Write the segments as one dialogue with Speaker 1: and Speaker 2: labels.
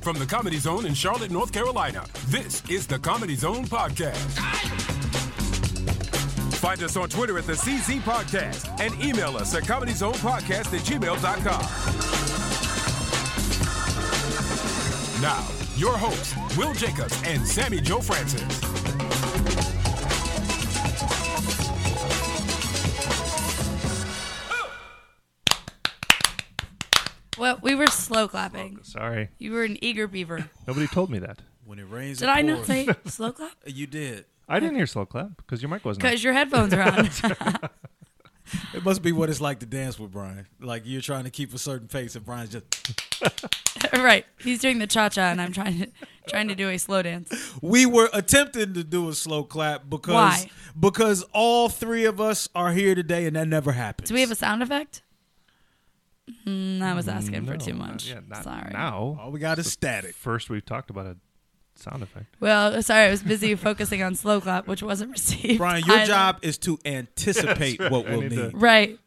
Speaker 1: From the Comedy Zone in Charlotte, North Carolina, this is the Comedy Zone Podcast. Find us on Twitter at the CZ Podcast and email us at comedyzonepodcast at gmail.com. Now, your hosts, Will Jacobs and Sammy Joe Francis.
Speaker 2: Well, we were slow clapping.
Speaker 3: Sorry.
Speaker 2: You were an eager beaver.
Speaker 3: Nobody told me that.
Speaker 4: When it rains,
Speaker 2: Did
Speaker 4: it
Speaker 2: I not
Speaker 4: pours.
Speaker 2: say slow clap?
Speaker 4: You did.
Speaker 3: I didn't hear slow clap because your mic wasn't on.
Speaker 2: Because your headphones are on.
Speaker 4: It must be what it's like to dance with Brian. Like you're trying to keep a certain pace, and Brian's just.
Speaker 2: right. He's doing the cha cha, and I'm trying to trying to do a slow dance.
Speaker 4: We were attempting to do a slow clap because
Speaker 2: Why?
Speaker 4: because all three of us are here today, and that never happens.
Speaker 2: Do we have a sound effect? Mm, I was asking for
Speaker 3: No,
Speaker 2: too
Speaker 3: not-
Speaker 2: much.
Speaker 3: Uh, yeah, not
Speaker 2: sorry.
Speaker 3: Now,
Speaker 4: All we got is static.
Speaker 3: first we've talked about a sound effect.
Speaker 2: Well, sorry, I was busy focusing on slow clap, which wasn't received.
Speaker 4: Brian, your
Speaker 2: either.
Speaker 4: job is to anticipate what
Speaker 3: I
Speaker 4: we'll
Speaker 3: need
Speaker 4: need.
Speaker 3: to-
Speaker 2: Right.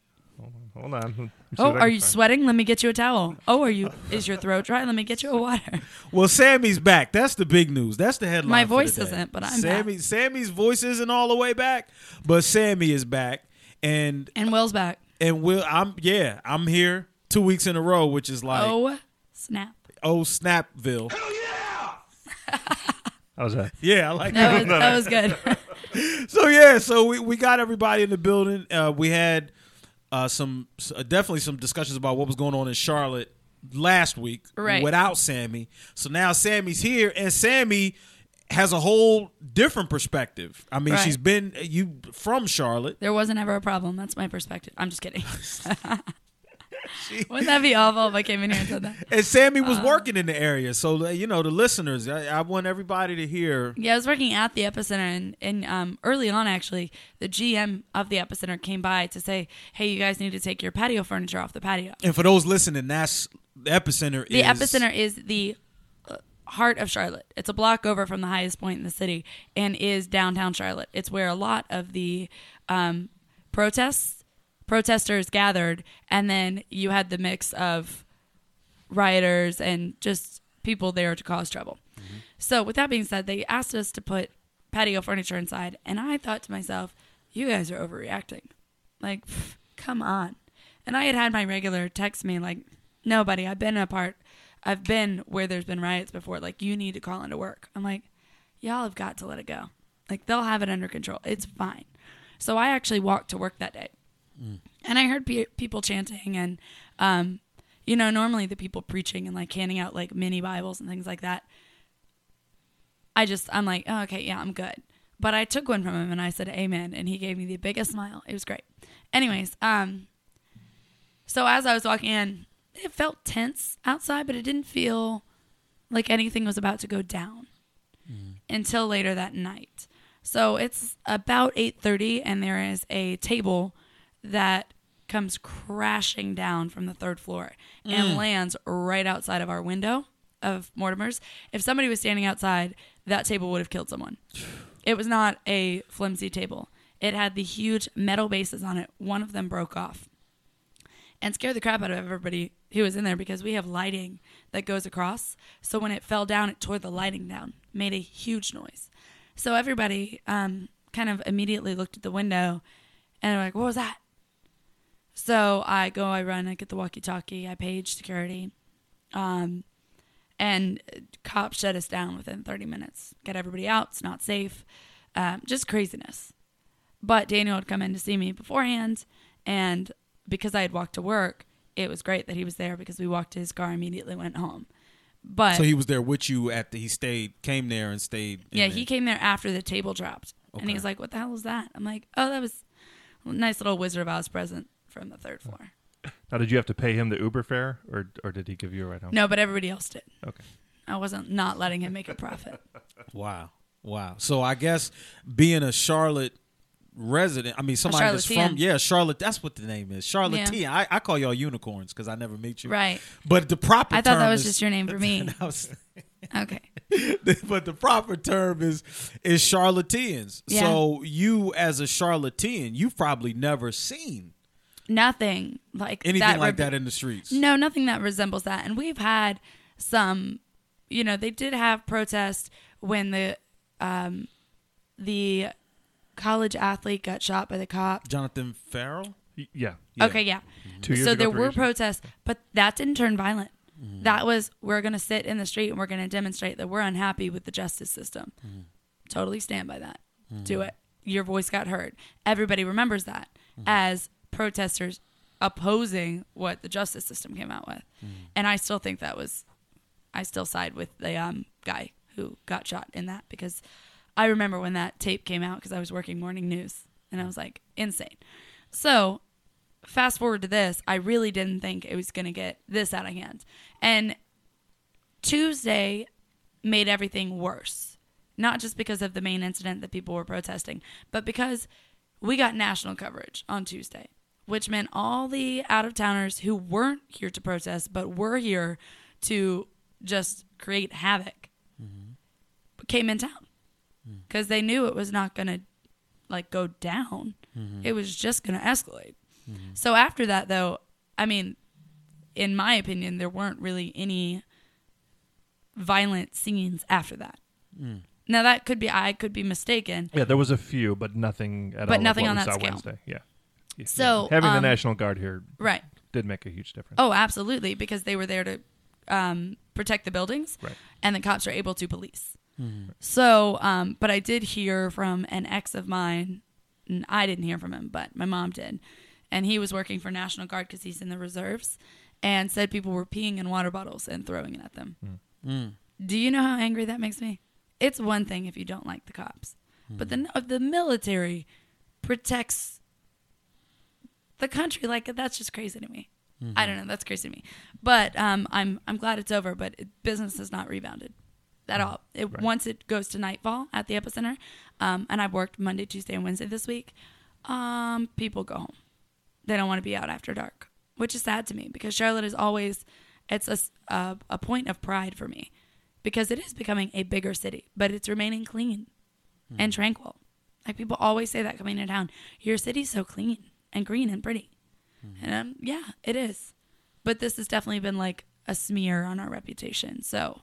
Speaker 3: Hold on. Let me see
Speaker 2: Oh,
Speaker 3: what I
Speaker 2: are
Speaker 3: can
Speaker 2: you
Speaker 3: find.
Speaker 2: sweating? Let me get you a towel. Oh, are you? Is your throat dry? Let me get you a water.
Speaker 4: Well, Sammy's back. That's the big news. That's the headline.
Speaker 2: My
Speaker 4: for
Speaker 2: voice
Speaker 4: today.
Speaker 2: isn't, but I'm
Speaker 4: Sammy. Sammy's voice isn't all the way back, but Sammy is back, and
Speaker 2: And Will's back.
Speaker 4: and will I'm yeah I'm here two weeks in a row, which is like oh,
Speaker 2: Oh, snap.
Speaker 4: Snapville.
Speaker 3: How's that?
Speaker 4: Yeah, I like that.
Speaker 2: That was, that was good.
Speaker 4: So yeah, so we, we got everybody in the building. Uh, we had uh, some s- uh, definitely some discussions about what was going on in Charlotte last week
Speaker 2: Right.
Speaker 4: without Sammy. So now Sammy's here, and Sammy has a whole different perspective. I mean,
Speaker 2: Right.
Speaker 4: she's been uh, you from Charlotte.
Speaker 2: There wasn't ever a problem. That's my perspective. I'm just kidding. Wouldn't that be awful if I came in here and said that?
Speaker 4: And Sammy was working in the area, so uh, you know the listeners. I, I want everybody to hear.
Speaker 2: Yeah, I was working at the epicenter, and, and um, early on, actually, the GM of the epicenter came by to say, "Hey, you guys need to take your patio furniture off the patio."
Speaker 4: And for those listening, that's the epicenter.
Speaker 2: The
Speaker 4: is,
Speaker 2: epicenter is the uh, heart of Charlotte. It's a block over from the highest point in the city, and is downtown Charlotte. It's where a lot of the um, protests protesters gathered, and then you had the mix of rioters and just people there to cause trouble. So, with that being said, they asked us to put patio furniture inside, and I thought to myself, "You guys are overreacting. Like, pff, come on." And I had had my regular text me like, "No, buddy, I've been a part. I've been where there's been riots before. Like, you need to call into work." I'm like, "Y'all have got to let it go. Like, they'll have it under control. It's fine." So I actually walked to work that day and I heard pe- people chanting and um, you know normally the people preaching and like handing out like mini Bibles and things like that. I just I'm like oh, okay yeah I'm good, but I took one from him and I said amen and he gave me the biggest smile. It was great. Anyways, um, so as I was walking in, it felt tense outside, but it didn't feel like anything was about to go down until later that night. So it's about 8:30 and there is a table that comes crashing down from the third floor and lands right outside of our window of Mortimer's. If somebody was standing outside, that table would have killed someone. It was not a flimsy table. It had the huge metal bases on it. One of them broke off and scared the crap out of everybody who was in there because we have lighting that goes across. So when it fell down, it tore the lighting down, made a huge noise. So everybody um, kind of immediately looked at the window and were like, what was that? So I go, I run, I get the walkie talkie, I page security. Um, and cops shut us down within 30 minutes, get everybody out, it's not safe, um, just craziness but Daniel had come in to see me beforehand, and because I had walked to work, it was great that he was there because we walked to his car immediately went home. But
Speaker 4: So he was there with you at the. He stayed, came there, and stayed. in
Speaker 2: yeah,
Speaker 4: there.
Speaker 2: he came there after the table dropped, and he
Speaker 4: Okay.
Speaker 2: was like, "What the hell was that?" I'm like, "Oh, that was a nice little Wizard of Oz present from the third floor."
Speaker 3: Now, did you have to pay him the Uber fare, or or did he give you a ride home?
Speaker 2: No, but everybody else did.
Speaker 3: Okay.
Speaker 2: I wasn't not letting him make a profit.
Speaker 4: Wow. Wow. So I guess being a Charlotte resident, I mean somebody that's
Speaker 2: Charlotteian.
Speaker 4: from yeah, Charlotte, that's what the name is. Charlotte
Speaker 2: Yeah.
Speaker 4: I, I call y'all unicorns because I never meet you.
Speaker 2: Right.
Speaker 4: But the proper
Speaker 2: I thought that
Speaker 4: term
Speaker 2: was
Speaker 4: is-
Speaker 2: just your name for me.
Speaker 4: I was-
Speaker 2: Okay.
Speaker 4: but the proper term is is charlatans.
Speaker 2: Yeah.
Speaker 4: So you as a charlatan, you've probably never seen
Speaker 2: Nothing like
Speaker 4: anything
Speaker 2: that
Speaker 4: like
Speaker 2: rebe-
Speaker 4: that in the streets.
Speaker 2: No, nothing that resembles that. And we've had some you know, they did have protests when the um, the college athlete got shot by the cop.
Speaker 4: Jonathan Farrell.
Speaker 3: Y- Yeah.
Speaker 2: Okay, yeah.
Speaker 4: Mm-hmm.
Speaker 3: Two years
Speaker 2: Oh, so
Speaker 3: ago,
Speaker 2: there
Speaker 3: three
Speaker 2: were
Speaker 3: years ago. Mm.
Speaker 2: protests, but that didn't turn violent. That was we're going to sit in the street and we're going to demonstrate that we're unhappy with the justice system.
Speaker 3: Mm.
Speaker 2: Totally stand by that. Do it. Your voice got heard. Everybody remembers that
Speaker 3: Mm.
Speaker 2: as protesters opposing what the justice system came out with.
Speaker 3: Mm.
Speaker 2: And I still think that was I still side with the um, guy who got shot in that because I remember when that tape came out because I was working morning news
Speaker 3: Mm.
Speaker 2: and I was like insane. So fast forward to this, I really didn't think it was going to get this out of hand. And Tuesday made everything worse, not just because of the main incident that people were protesting, but because we got national coverage on Tuesday, which meant all the out of towners who weren't here to protest, but were here to just create havoc, came in town because they knew it was not going to like go down. It was just going to escalate. So after that, though, I mean, in my opinion, there weren't really any violent scenes after that. Now that could be I could be mistaken.
Speaker 3: Yeah, there was a few, but nothing at all.
Speaker 2: But
Speaker 3: like
Speaker 2: nothing
Speaker 3: what
Speaker 2: on
Speaker 3: we
Speaker 2: that
Speaker 3: saw
Speaker 2: scale.
Speaker 3: Wednesday. Yeah. Yeah.
Speaker 2: So,
Speaker 3: having the
Speaker 2: um,
Speaker 3: National Guard here
Speaker 2: Right.
Speaker 3: did make a huge difference.
Speaker 2: Oh, absolutely, because they were there to um, protect the buildings,
Speaker 3: Right.
Speaker 2: and the cops are able to police. So, um, but I did hear from an ex of mine. And I didn't hear from him, but my mom did, and he was working for National Guard because he's in the reserves, and said people were peeing in water bottles and throwing it at them. Do you know how angry that makes me? It's one thing if you don't like the cops, but the the military protects the country like that's just crazy to me i don't know that's crazy to me but um, i'm i'm glad it's over but it, business has not rebounded at all it, once it goes to nightfall at the epicenter um, and i've worked monday tuesday and wednesday this week um, people go home they don't want to be out after dark which is sad to me because charlotte is always it's a, s- a, a point of pride for me because it is becoming a bigger city but it's remaining clean and tranquil like people always say that coming into town your city's so clean and green and pretty and um, yeah it is but this has definitely been like a smear on our reputation so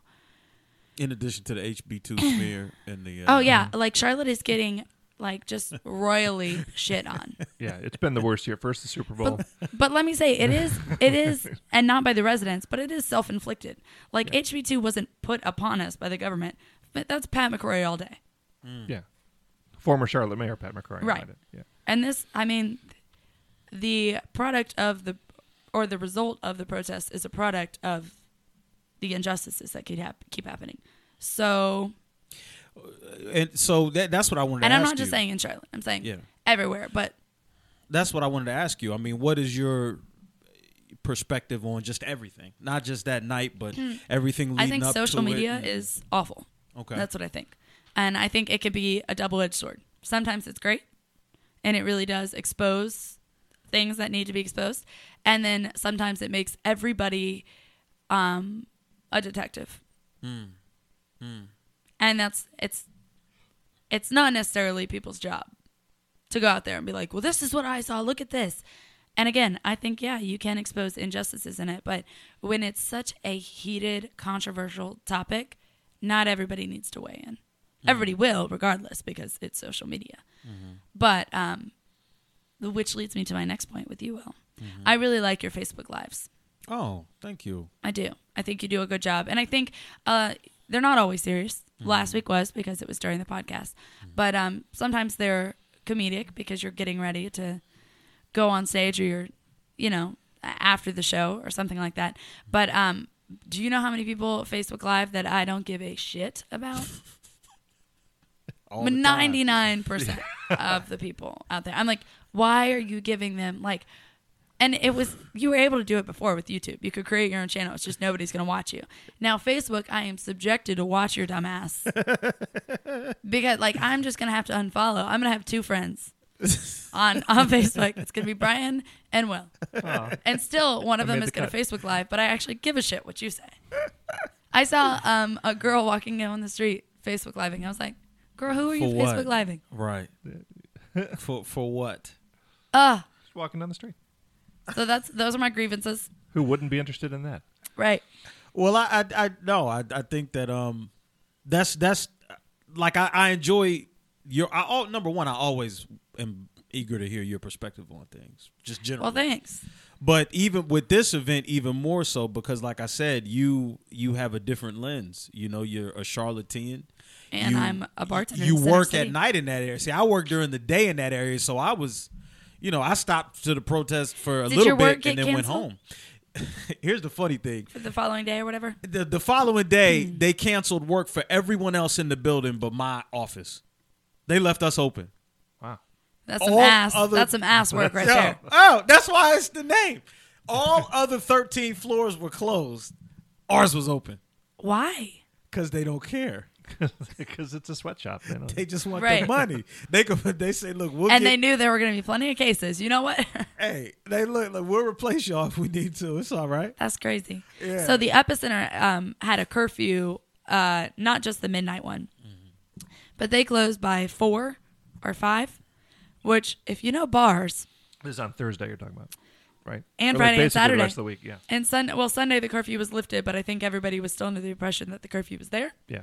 Speaker 4: In addition to the HB2 smear and the uh,
Speaker 2: oh yeah like charlotte is getting like just royally shit on
Speaker 3: Yeah, it's been the worst year. First the Super Bowl.
Speaker 2: But let me say, it is, it is, and not by the residents, but it is self inflicted. Like HB2 wasn't put upon us by the government. But that's Pat McCrory all day,
Speaker 3: yeah. Former Charlotte Mayor Pat McCrory.
Speaker 2: Right.
Speaker 3: had it. Yeah.
Speaker 2: and this, I mean, the product of the, or the result of the protest is a product of the injustices that keep hap- keep happening. So,
Speaker 4: and so that, that's what I wanted.
Speaker 2: and
Speaker 4: to
Speaker 2: I'm
Speaker 4: ask
Speaker 2: not just
Speaker 4: you.
Speaker 2: saying in Charlotte. I'm saying
Speaker 4: Yeah.
Speaker 2: everywhere. But
Speaker 4: That's what I wanted to ask you. I mean, what is your perspective on just everything? Not just that night, but everything leading
Speaker 2: Hmm. I think
Speaker 4: up
Speaker 2: social
Speaker 4: to it
Speaker 2: media
Speaker 4: and-
Speaker 2: is awful.
Speaker 4: Okay.
Speaker 2: That's what I think. And I think it could be a double edged sword. Sometimes it's great and it really does expose things that need to be exposed. And then sometimes it makes everybody um, a detective. And that's it's it's not necessarily people's job to go out there and be like, well, this is what I saw. Look at this. And again, I think, yeah, you can expose injustices in it. But when it's such a heated, controversial topic, not everybody needs to weigh in. Everybody will, regardless, because it's social media. But, um, the- which leads me to my next point with you, Will. I really like your Facebook Lives.
Speaker 4: Oh, thank you.
Speaker 2: I do. I think you do a good job. And I think uh, they're not always serious. Last week was because it was during the podcast. But um, sometimes they're comedic because you're getting ready to go on stage or you're, you know, a- after the show or something like that. But um, do you know how many people Facebook Live that I don't give a shit about?
Speaker 4: All the time.
Speaker 2: Ninety nine percent of the people out there. I'm like, why are you giving them like? And it was you were able to do it before with YouTube. You could create your own channel. It's just nobody's gonna watch you. Now Facebook, I am subjected to watch your dumb ass because like I'm just gonna have to unfollow. I'm gonna have two friends on on Facebook. It's gonna be Brian and Will, and still one of
Speaker 3: I
Speaker 2: them
Speaker 3: made
Speaker 2: is
Speaker 3: the
Speaker 2: gonna
Speaker 3: cut.
Speaker 2: Facebook Live. But I actually give a shit what you say. I saw um, a girl walking down the street Facebook living. I was like, "Girl, who are you
Speaker 4: For what?
Speaker 2: Facebook living?"
Speaker 4: Right. for for what?
Speaker 2: Uh,
Speaker 3: Just walking down the street.
Speaker 2: so that's those are my grievances,
Speaker 3: Who wouldn't be interested in that?
Speaker 2: right?
Speaker 4: Well, I, I, I no, I, I think that um, that's that's like I, I enjoy your. I all number one, I always am eager to hear your perspective on things, just generally.
Speaker 2: Well, thanks.
Speaker 4: But even with this event, even more so because, like I said, you you have a different lens. You know, you're a charlatan,
Speaker 2: And I'm a bartender
Speaker 4: You
Speaker 2: in Center
Speaker 4: work
Speaker 2: City.
Speaker 4: at night in that area. See, I work during the day in that area, so I was, you know, I stopped to the protest for a
Speaker 2: Did
Speaker 4: little
Speaker 2: your work
Speaker 4: bit and
Speaker 2: get
Speaker 4: then went
Speaker 2: canceled?
Speaker 4: home. Here's the funny thing:
Speaker 2: For the following day or whatever.
Speaker 4: the, the following day,
Speaker 2: Hmm.
Speaker 4: they canceled work for everyone else in the building but my office. They left us open.
Speaker 3: Wow.
Speaker 2: That's some
Speaker 4: All
Speaker 2: ass.
Speaker 4: other-
Speaker 2: That's some ass work right
Speaker 4: Yo,
Speaker 2: there.
Speaker 4: Oh, that's why it's the name. All other 13 floors were closed. Ours was open
Speaker 2: Why?
Speaker 4: because they don't care.
Speaker 3: Because it's a sweatshop. They don't-
Speaker 4: They just want the
Speaker 2: Right.
Speaker 4: money. They could, they say, look, we'll
Speaker 2: And
Speaker 4: get,
Speaker 2: they knew there were going to be plenty of cases. You know what?
Speaker 4: hey, they look, look, we'll replace y'all if we need to. It's all right.
Speaker 2: That's crazy.
Speaker 4: Yeah.
Speaker 2: So the epicenter um, had a curfew, uh, not just the midnight one, but they closed by four or five. Which, if you know bars
Speaker 3: This is on Thursday. You're talking about, right?
Speaker 2: And
Speaker 3: Or, like,
Speaker 2: Friday and
Speaker 3: basically
Speaker 2: Saturday.
Speaker 3: The rest of the week. Yeah.
Speaker 2: and Sunday, well, Sunday the curfew was lifted, but I think everybody was still under the impression that the curfew was there.
Speaker 3: Yeah.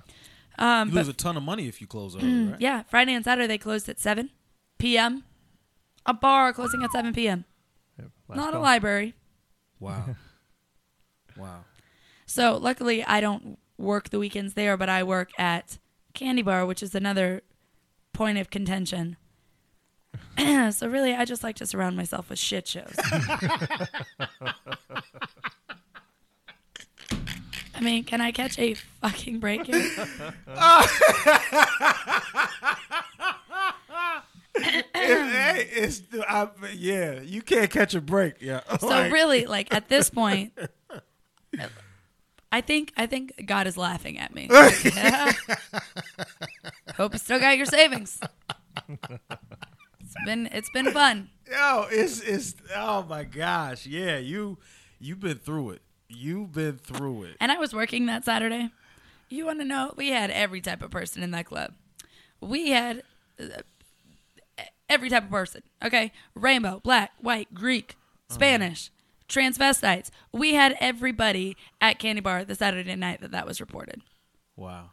Speaker 2: Um,
Speaker 4: You
Speaker 2: but Mm.
Speaker 4: lose a ton of money if you close early, right?
Speaker 2: yeah, Friday and Saturday they closed at seven p.m. A bar closing at seven p.m.
Speaker 3: yeah. Last
Speaker 2: Not a
Speaker 3: call.
Speaker 2: library.
Speaker 4: Wow. wow.
Speaker 2: So luckily, I don't work the weekends there, but I work at Candy Bar, which is another point of contention. so really, I just like to surround myself with shit shows. I mean, can I catch a fucking break here?
Speaker 4: hey, it's, I, yeah, you can't catch a break. Yeah.
Speaker 2: So really, like at this point, I think I think God is laughing at me. Hope you still got your savings. It's been it's been fun.
Speaker 4: Yo, it's it's oh my gosh, yeah. You you've been through it. You've been through it.
Speaker 2: And I was working that Saturday. You want to know? We had every type of person in that club. We had uh, every type of person. Okay, rainbow, black, white, Greek, Spanish, transvestites. We had everybody at Candy Bar the Saturday night that that was reported.
Speaker 4: Wow.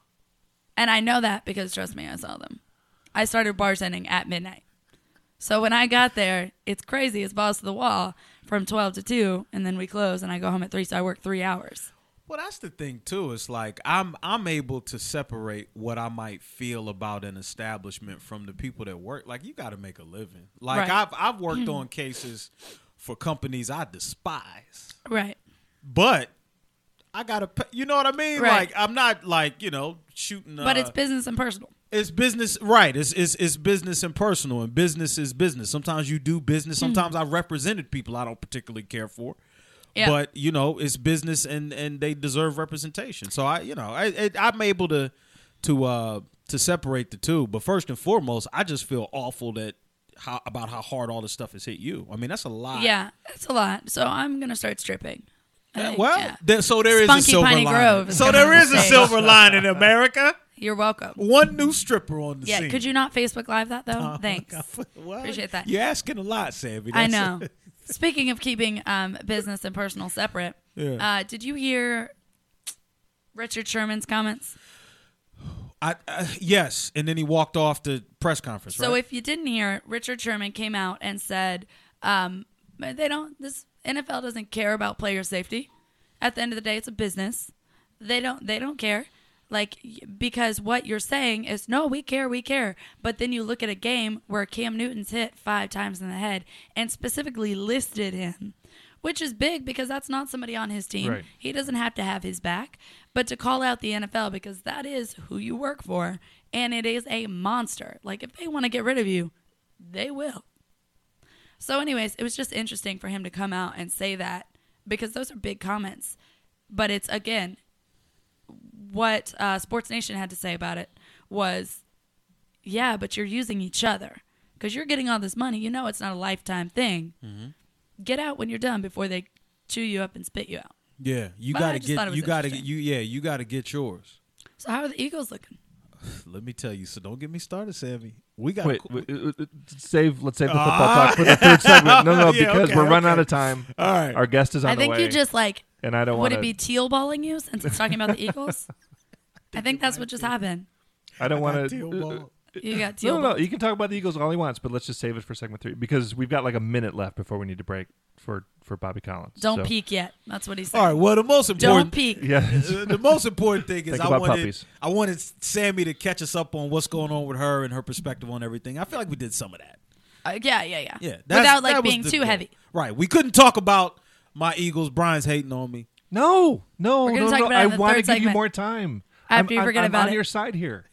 Speaker 2: And I know that because trust me, I saw them. I started bartending at midnight. So when I got there, it's crazy. It's balls to the wall from 12 to 2, and then we close, and I go home at 3, so I work three hours.
Speaker 4: Well, that's the thing too. It's like I'm I'm able to separate what I might feel about an establishment from the people that work. Like you got to make a living. Like
Speaker 2: Right.
Speaker 4: I've I've worked on cases for companies I despise,
Speaker 2: Right.
Speaker 4: but I gotta. pay- You know what I mean?
Speaker 2: Right.
Speaker 4: Like I'm not like you know shooting.
Speaker 2: But
Speaker 4: uh,
Speaker 2: it's business and personal.
Speaker 4: It's business, right? It's, it's it's business and personal, and business is business. Sometimes you do business.
Speaker 2: Hmm.
Speaker 4: Sometimes I represented people I don't particularly care for,
Speaker 2: Yeah.
Speaker 4: but you know it's business, and and they deserve representation. So I, you know, I, I I'm able to to uh to separate the two. But first and foremost, I just feel awful that how about how hard all this stuff has hit you. I mean, that's a lot.
Speaker 2: Yeah, that's a lot. So I'm gonna start stripping. I think,
Speaker 4: Eh, Well,
Speaker 2: yeah.
Speaker 4: there- so there is a
Speaker 2: Spunky
Speaker 4: silver
Speaker 2: Piney
Speaker 4: lining.
Speaker 2: Grove is
Speaker 4: so
Speaker 2: coming
Speaker 4: there
Speaker 2: on
Speaker 4: is a
Speaker 2: stage.
Speaker 4: silver line in America.
Speaker 2: you're welcome.
Speaker 4: One new stripper on the
Speaker 2: Yeah,
Speaker 4: scene.
Speaker 2: could you not Facebook Live that though? Thanks.
Speaker 4: Well,
Speaker 2: Appreciate that.
Speaker 4: You're asking a lot, Sammy.
Speaker 2: I
Speaker 4: Oh, That's-
Speaker 2: know. Speaking of keeping um, business and personal separate,
Speaker 4: Yeah.
Speaker 2: uh, did you hear Richard Sherman's comments?
Speaker 4: I, I, yes, and then he walked off the press conference.
Speaker 2: So
Speaker 4: right?
Speaker 2: if you didn't hear, it, Richard Sherman came out and said, um, "They don't. This NFL doesn't care about player safety. At the end of the day, it's a business. They don't. They don't care. Like y- because what you're saying is, no, we care, we care. But then you look at a game where Cam Newton's hit five times in the head and specifically listed him." Which is big because that's not somebody on his team.
Speaker 3: Right.
Speaker 2: He doesn't have to have his back. But to call out the NFL because that is who you work for and it is a monster. Like if they want to get rid of you, they will. So anyways, it was just interesting for him to come out and say that because those are big comments. But it's again what uh, Sports Nation had to say about it was yeah, but you're using each other because you're getting all this money. You know it's not a lifetime thing.
Speaker 4: Mm-hmm.
Speaker 2: Get out when you're done before they chew you up and spit you out.
Speaker 4: yeah, you
Speaker 2: But I
Speaker 4: gotta
Speaker 2: just thought it
Speaker 4: get,
Speaker 2: was
Speaker 4: you gotta,
Speaker 2: interesting.
Speaker 4: you yeah, you gotta get yours.
Speaker 2: So how are the Eagles looking?
Speaker 4: Let me tell you. So don't get me started, Sammy. We got.
Speaker 3: Wait, wait, uh, uh, save. Let's save the football talk for the third segment. No, no,
Speaker 4: Yeah,
Speaker 3: because
Speaker 4: okay,
Speaker 3: we're running
Speaker 4: okay.
Speaker 3: out of time.
Speaker 4: All right.
Speaker 3: Our guest is on
Speaker 2: I
Speaker 3: the
Speaker 2: think
Speaker 3: way.
Speaker 2: you just like
Speaker 3: and I don't
Speaker 2: Would
Speaker 3: want
Speaker 2: it be
Speaker 3: to.
Speaker 2: teal balling you since it's talking about the Eagles? I think that's what just happened.
Speaker 3: I uh, don't want
Speaker 4: Teal
Speaker 3: to.
Speaker 4: ball.
Speaker 2: You got teal.
Speaker 3: No,
Speaker 2: ball.
Speaker 3: no, no. You can talk about the Eagles all he wants, but let's just save it for segment three because we've got like a minute left before we need to break for for Bobby Collins.
Speaker 2: Don't
Speaker 3: So-
Speaker 2: peek yet. That's what he said.
Speaker 4: All right. Well, the most important
Speaker 2: Don't peek.
Speaker 3: Yeah.
Speaker 4: Uh, the most important thing is
Speaker 3: Think
Speaker 4: I
Speaker 3: about
Speaker 4: wanted
Speaker 3: puppies.
Speaker 4: I wanted Sammy to catch us up on what's going on with her and her perspective on everything. I feel like we did some of that.
Speaker 2: Uh, yeah, yeah, yeah.
Speaker 4: Yeah, that's-
Speaker 2: Without like
Speaker 4: that was
Speaker 2: being
Speaker 4: the
Speaker 2: too
Speaker 4: goal.
Speaker 2: heavy.
Speaker 4: Right. We couldn't talk about my Eagles. Brian's hating on me.
Speaker 3: No, no,
Speaker 2: gonna
Speaker 3: no,
Speaker 2: talk
Speaker 3: no.
Speaker 2: about it
Speaker 3: I
Speaker 2: in the third
Speaker 3: want to give you
Speaker 2: segment.
Speaker 3: more time.
Speaker 2: After
Speaker 3: I'm,
Speaker 2: you
Speaker 3: I'm-
Speaker 2: forget
Speaker 3: I'm
Speaker 2: about
Speaker 3: on
Speaker 2: it.
Speaker 3: your side here.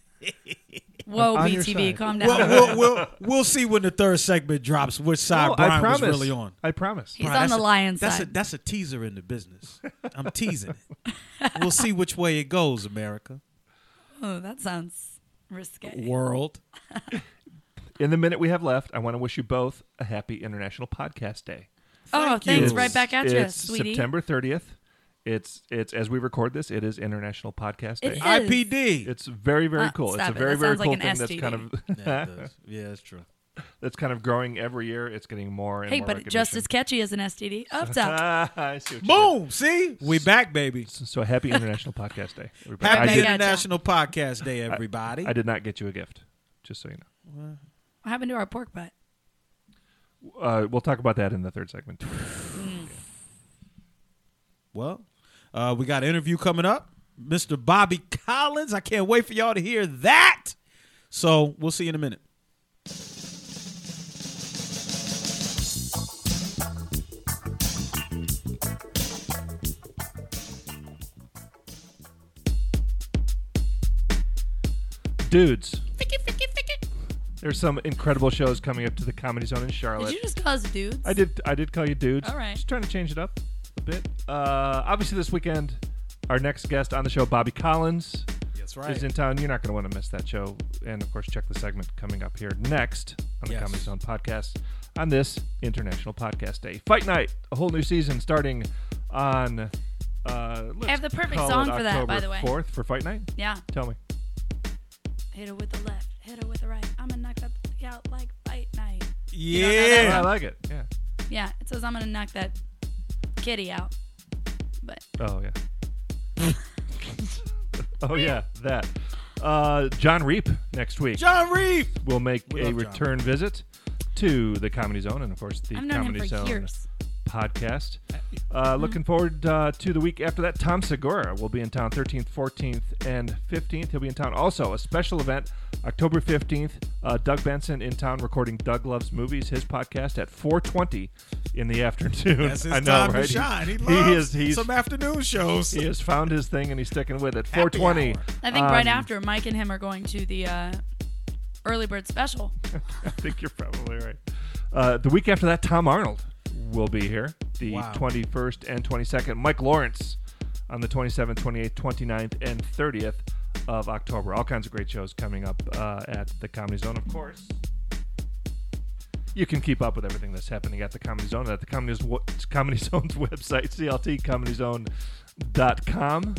Speaker 2: Whoa,
Speaker 3: on your
Speaker 2: BTB,
Speaker 3: side.
Speaker 2: calm down.
Speaker 4: Well, we'll, we'll we'll see when the third segment drops which side
Speaker 3: No, I
Speaker 4: Brian was
Speaker 3: promise.
Speaker 4: really on.
Speaker 3: I promise.
Speaker 2: He's
Speaker 4: Brian,
Speaker 2: on
Speaker 4: that's
Speaker 2: the
Speaker 4: a-
Speaker 2: Lions
Speaker 4: That's a
Speaker 2: side.
Speaker 4: that's a teaser in the business. I'm teasing it. We'll see which way it goes, America,
Speaker 2: oh, that sounds risque.
Speaker 4: world.
Speaker 3: In the minute we have left, I want to wish you both a happy International Podcast Day.
Speaker 2: Oh,
Speaker 4: Thank
Speaker 2: thanks.
Speaker 4: you.
Speaker 2: Right back at you,
Speaker 3: it's
Speaker 2: sweetie.
Speaker 3: September 30th. It's it's as we record this, it is International Podcast
Speaker 2: It
Speaker 3: Day.
Speaker 2: is.
Speaker 4: IPD.
Speaker 3: It's very very
Speaker 2: Uh,
Speaker 3: cool. It's
Speaker 2: stop
Speaker 3: a
Speaker 2: it.
Speaker 3: very
Speaker 2: That
Speaker 3: very
Speaker 2: sounds like
Speaker 3: cool
Speaker 2: an
Speaker 3: thing that's
Speaker 2: STD.
Speaker 3: kind of
Speaker 4: yeah, it does. yeah, it's true.
Speaker 3: that's kind of growing every year. It's getting more and
Speaker 2: Hey,
Speaker 3: more
Speaker 2: but it's just as
Speaker 3: recognition.
Speaker 2: catchy as an STD. Up top.
Speaker 3: Ah, I see what you did.
Speaker 4: Boom. See, we back, baby.
Speaker 3: So happy International Podcast Day. everybody.
Speaker 4: Happy
Speaker 3: I did,
Speaker 2: Day.
Speaker 4: International Podcast Day, everybody.
Speaker 3: I did not get you a gift, just so you know.
Speaker 2: What happened to our pork butt?
Speaker 3: Uh, we'll talk about that in the third segment.
Speaker 4: well, uh, we got an interview coming up. Mr. Bobby Collins. I can't wait for y'all to hear that. So we'll see you in a minute.
Speaker 3: Dudes. There's some incredible shows coming up to the Comedy Zone in Charlotte.
Speaker 2: Did you just call us dudes?
Speaker 3: I did. I did call you dudes.
Speaker 2: All right.
Speaker 3: Just trying to change it up a bit. Uh, obviously, this weekend, our next guest on the show, Bobby Collins,
Speaker 4: That's
Speaker 3: is in town. You're not going to want to miss that show. And of course, check the segment coming up here next on the
Speaker 4: Yes.
Speaker 3: Comedy Zone podcast on this International Podcast Day. Fight Night, a whole new season starting on. Uh, let's
Speaker 2: have the perfect
Speaker 3: call it
Speaker 2: song for that, by
Speaker 3: October
Speaker 2: the way.
Speaker 3: Fourth for Fight Night.
Speaker 2: Yeah.
Speaker 3: Tell me.
Speaker 2: Hit her with the left. Hit her with the right. I'ma knock that bitch out like fight night. don't know that
Speaker 4: Yeah.
Speaker 3: I like it. Yeah.
Speaker 2: Yeah, it says I'm gonna knock that kitty out. But
Speaker 3: Oh yeah. oh yeah, that. Uh, John Reap next week
Speaker 4: John Reeve.
Speaker 3: will make
Speaker 4: We
Speaker 3: a
Speaker 4: love John.
Speaker 3: return visit to the Comedy Zone and of course the
Speaker 2: I've known him
Speaker 3: Comedy
Speaker 2: for
Speaker 3: Zone
Speaker 2: years.
Speaker 3: podcast. Uh, looking forward uh, to the week after that. Tom Segura will be in town 13th, 14th, and 15th. He'll be in town. Also, a special event October 15th. Uh, Doug Benson in town recording Doug Loves Movies, his podcast at 4:20 in the afternoon.
Speaker 4: That's his
Speaker 3: I know,
Speaker 4: time
Speaker 3: right?
Speaker 4: to shine. He,
Speaker 3: He,
Speaker 4: loves
Speaker 3: is. He's
Speaker 4: some afternoon shows.
Speaker 3: he has found his thing and he's sticking with it.
Speaker 4: Happy
Speaker 3: 420.
Speaker 4: hour.
Speaker 2: I think right
Speaker 3: Um,
Speaker 2: after Mike and him are going to the uh, early bird special.
Speaker 3: I think you're probably right. Uh, the week after that, Tom Arnold will be here. The
Speaker 4: Wow.
Speaker 3: 21st and 22nd. Mike Lawrence on the 27th, 28th, 29th, and 30th of October. All kinds of great shows coming up uh, at the Comedy Zone, of course. You can keep up with everything that's happening at the Comedy Zone at the Comedy, Zo- Comedy Zone's website, cltcomedyzone.com.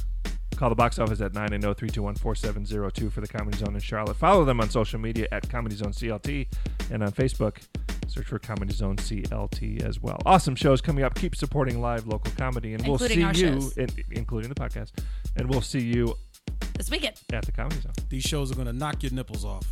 Speaker 3: Call the box office at oh, 980-321-4702 for the Comedy Zone in Charlotte. Follow them on social media at Comedy Zone CLT and on Facebook. Search for Comedy Zone CLT as well. Awesome shows coming up. Keep supporting live local comedy, and we'll
Speaker 2: Including
Speaker 3: see
Speaker 2: our
Speaker 3: you,
Speaker 2: shows.
Speaker 3: in, including the podcast, and we'll see you
Speaker 2: This weekend.
Speaker 3: at the Comedy Zone.
Speaker 4: These shows are going to knock your nipples off.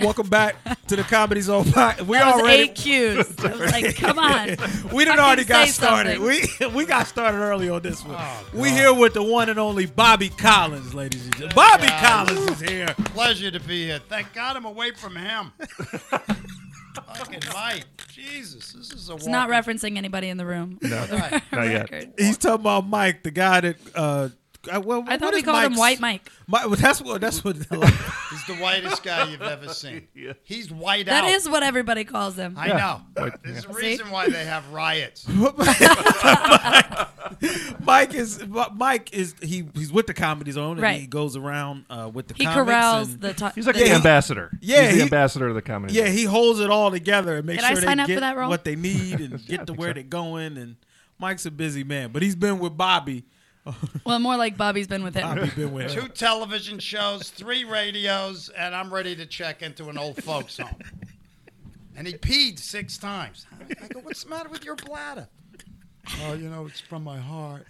Speaker 4: Welcome back to the Comedy Zone. Pod- We
Speaker 2: That was
Speaker 4: already
Speaker 2: eight cues. I was like, come on.
Speaker 4: we done
Speaker 2: Fucking
Speaker 4: already got
Speaker 2: say
Speaker 4: started.
Speaker 2: something.
Speaker 4: We we got started early on this one. we here with the one and only Bobby Collins, ladies and gentlemen. Bobby
Speaker 5: God.
Speaker 4: Collins is here.
Speaker 5: Pleasure to be here. Thank God I'm away from him. Fucking Mike. Jesus, this is a
Speaker 2: It's not referencing anybody in the room. No,
Speaker 3: Not yet.
Speaker 4: He's talking about Mike, the guy that. Uh, uh, well,
Speaker 2: I thought
Speaker 4: what
Speaker 2: we
Speaker 4: is
Speaker 2: called him
Speaker 4: Mike's-
Speaker 2: White Mike.
Speaker 4: Mi- well, that's what. That's what.
Speaker 5: He's the whitest guy you've ever seen. He's white out.
Speaker 2: That is what everybody calls him.
Speaker 5: I know. There's a
Speaker 2: See?
Speaker 5: reason why they have riots.
Speaker 4: Mike is. Mike is. He he's with the comedy zone. And
Speaker 2: Right.
Speaker 4: He goes around uh, with the.
Speaker 2: He
Speaker 4: comics
Speaker 2: corrals
Speaker 4: and-
Speaker 2: the top.
Speaker 3: He's like
Speaker 4: Yeah,
Speaker 3: the
Speaker 4: he-
Speaker 3: ambassador.
Speaker 4: yeah,
Speaker 3: He's the
Speaker 4: he-
Speaker 3: ambassador of the Comedy
Speaker 4: Yeah,
Speaker 3: Zone.
Speaker 4: he holds it all together and makes
Speaker 2: Did I
Speaker 4: sure they
Speaker 2: sign up
Speaker 4: get
Speaker 2: for that role?
Speaker 4: what they need and get to where they're going. And Mike's a busy man, but he's been with Bobby
Speaker 2: Well, more like Bobby's been with him.
Speaker 4: You've been with
Speaker 5: Two television shows, three radios, and I'm ready to check into an old folks' home. And he peed six times. I go, what's the matter with your bladder? Oh, you know, it's from my heart.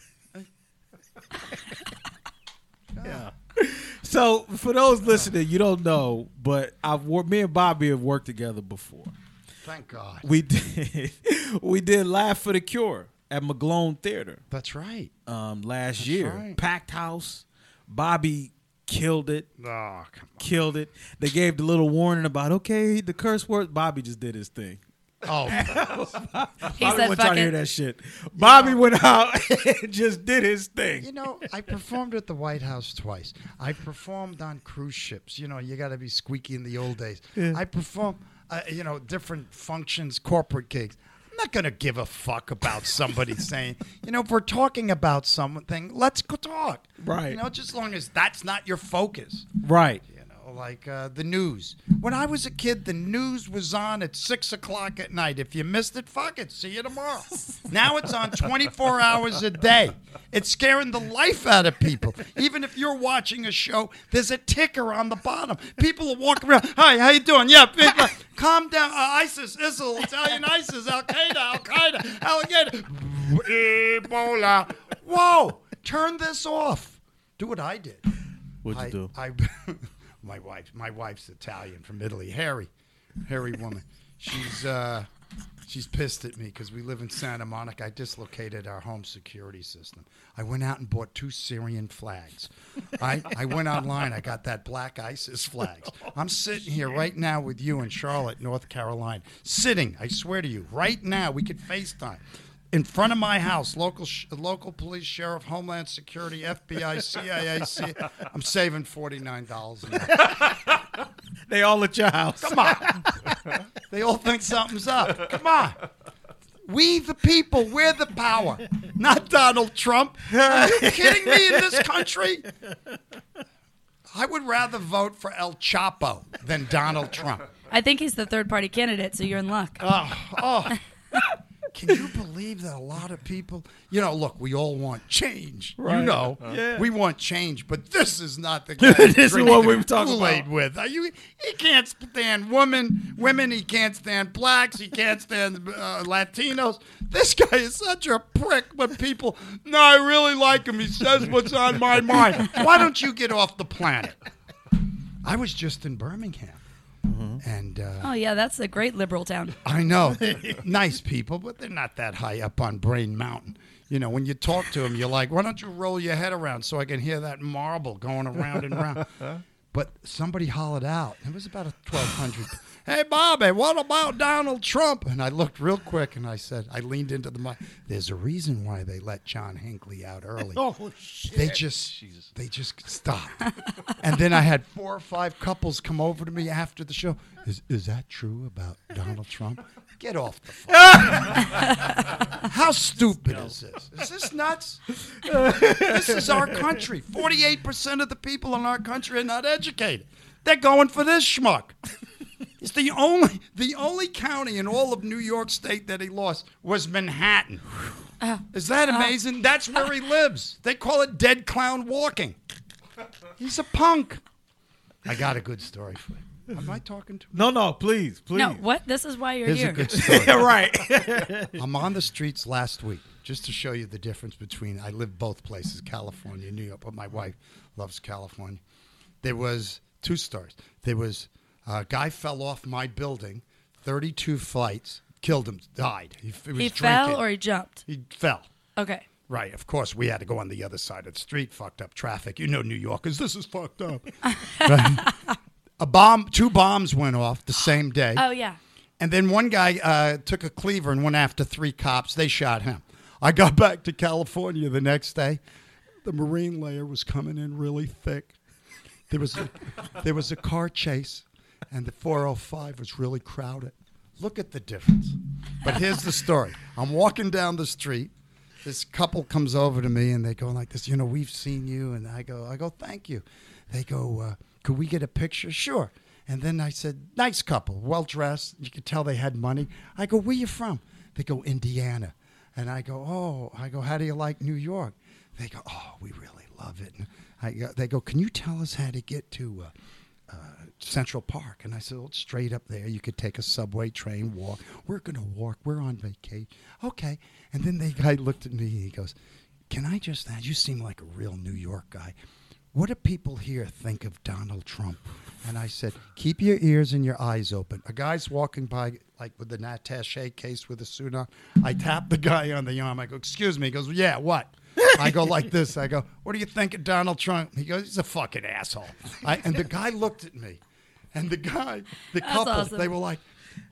Speaker 4: So for those listening, you don't know, but I've wor- me and Bobby have worked together before.
Speaker 5: Thank God.
Speaker 4: We did we did Laugh for the Cure at McGlone Theater
Speaker 5: That's right.
Speaker 4: um, last year.
Speaker 5: right.
Speaker 4: Packed house. Bobby killed it.
Speaker 5: Oh, come
Speaker 4: Killed it. They gave the little warning about okay, the curse word. Bobby just did his thing.
Speaker 5: on. Oh,
Speaker 2: He
Speaker 4: Bobby
Speaker 2: said,
Speaker 4: wasn't trying
Speaker 2: "Fuck
Speaker 4: to hear
Speaker 2: it."
Speaker 4: that shit. Bobby went out and just did his
Speaker 5: you
Speaker 4: thing.
Speaker 5: know, I performed at the White House twice. I performed on cruise ships. You know, you got to be squeaky in the old days. I performed, uh, you know, different functions, corporate gigs. I'm not going to give a fuck about somebody saying, you know, if we're talking about something, let's go talk.
Speaker 4: Right.
Speaker 5: You know, just as long as that's not your focus.
Speaker 4: Right.
Speaker 5: You know, like uh, the news. When I was a kid, the news was on at six o'clock at night. If you missed it, fuck it. See you tomorrow. now it's on 24 hours a day. It's scaring the life out of people. Even if you're watching a show, there's a ticker on the bottom. People will walk around. Hi, how you doing? Yeah, big, calm down. Uh, ISIS, ISIL, Italian ISIS, Al Qaeda, Al Qaeda, alligator, Ebola. Whoa! Turn this off. Do what I did.
Speaker 4: What'd you do?
Speaker 5: I, I- my wife, my wife's Italian from Italy. Harry, hairy woman. She's uh, she's pissed at me because we live in Santa Monica. I dislocated our home security system. I went out and bought two Syrian flags. I I went online. I got that black ISIS flags. I'm sitting here right now with you in Charlotte, North Carolina. Sitting, I swear to you, right now we could FaceTime in front of my house, local sh- local police, sheriff, homeland security, FBI, CIA. C- I'm saving forty nine dollars.
Speaker 4: They all at your house.
Speaker 5: Come on, they all think something's up. Come on, we the people, we're the power, not Donald Trump. Are you kidding me? In this country, I would rather vote for El Chapo than Donald Trump.
Speaker 2: I think he's the third party candidate, so you're in luck.
Speaker 5: Oh. Can you believe that a lot of people, you know, look, we all want change. You know, we want change, but this is not the guy
Speaker 4: Uh-huh. This is
Speaker 5: drinking
Speaker 4: what we
Speaker 5: the
Speaker 4: were talking about.
Speaker 5: Kool-Aid with. Are you, he can't stand women, women. He can't stand blacks. He can't stand uh, Latinos. This guy is such a prick. But people, no, I really like him. He says what's on my mind. Why don't you get off the planet? I was just in Birmingham,
Speaker 4: Mm-hmm.
Speaker 5: and uh,
Speaker 2: Oh yeah, that's a great liberal town.
Speaker 5: I know. nice people, but they're not that high up on Brain Mountain. You know, when you talk to them, you're like, why don't you roll your head around so I can hear that marble going around and around? but somebody hollered out. It was about a 1,200. hey, Bobby, what about Donald Trump? And I looked real quick and I said, I leaned into the mic. There's a reason why they let John Hinckley out early. They just they just stopped. and then I had four or five couples come over to me after the show. Is is that true about Donald Trump? Get off the phone. How stupid is this? Is this nuts? this is our country. 48% of the people in our country are not educated. They're going for this schmuck. It's the only the only county in all of New York State that he lost was Manhattan. Is that amazing? That's where he lives. They call it dead clown walking. He's a punk. I got a good story for you. Am I talking to?
Speaker 4: No, no, please, please.
Speaker 2: No, what? This is why you're
Speaker 5: Here's
Speaker 2: here.
Speaker 5: a good story.
Speaker 4: Yeah, right.
Speaker 5: I'm on the streets last week just to show you the difference between I live both places, California and New York, but my wife loves California. There was two stories. There was uh, a guy fell off my building, 32 flights, killed him, died. He, f- was
Speaker 2: he
Speaker 5: drinking.
Speaker 2: fell or he jumped.
Speaker 5: he fell.
Speaker 2: Okay.
Speaker 5: Right, of course, we had to go on the other side of the street, fucked up traffic. You know, New Yorkers, this is fucked up. Right. A bomb, two bombs went off the same day.
Speaker 2: Oh yeah.
Speaker 5: And then one guy uh, took a cleaver and went after three cops. They shot him. I got back to California the next day. The marine layer was coming in really thick. There was a, there was a car chase, and the 405 was really crowded. Look at the difference. But here's the story. I'm walking down the street. This couple comes over to me and they go like this. You know, we've seen you, and I go, I go, thank you. They go, uh, could we get a picture? Sure. And then I said, nice couple, well dressed. You could tell they had money. I go, where you from? They go, Indiana. And I go, oh, I go, how do you like New York? They go, oh, we really love it. And I go, they go, can you tell us how to get to? Uh, uh, Central Park, and I said, well, it's straight up there. You could take a subway train, walk. We're gonna walk. We're on vacation. Okay. And then the guy looked at me. He goes, "Can I just ask? You seem like a real New York guy. What do people here think of Donald Trump? And I said, keep your ears and your eyes open. A guy's walking by, like with an attache case with a suit on. I tap the guy on the arm. I go, excuse me. He goes, yeah, what? I go like this. I go, what do you think of Donald Trump? He goes, he's a fucking asshole. I, and the guy looked at me. And the guy, the couple,
Speaker 2: awesome.
Speaker 5: they were like,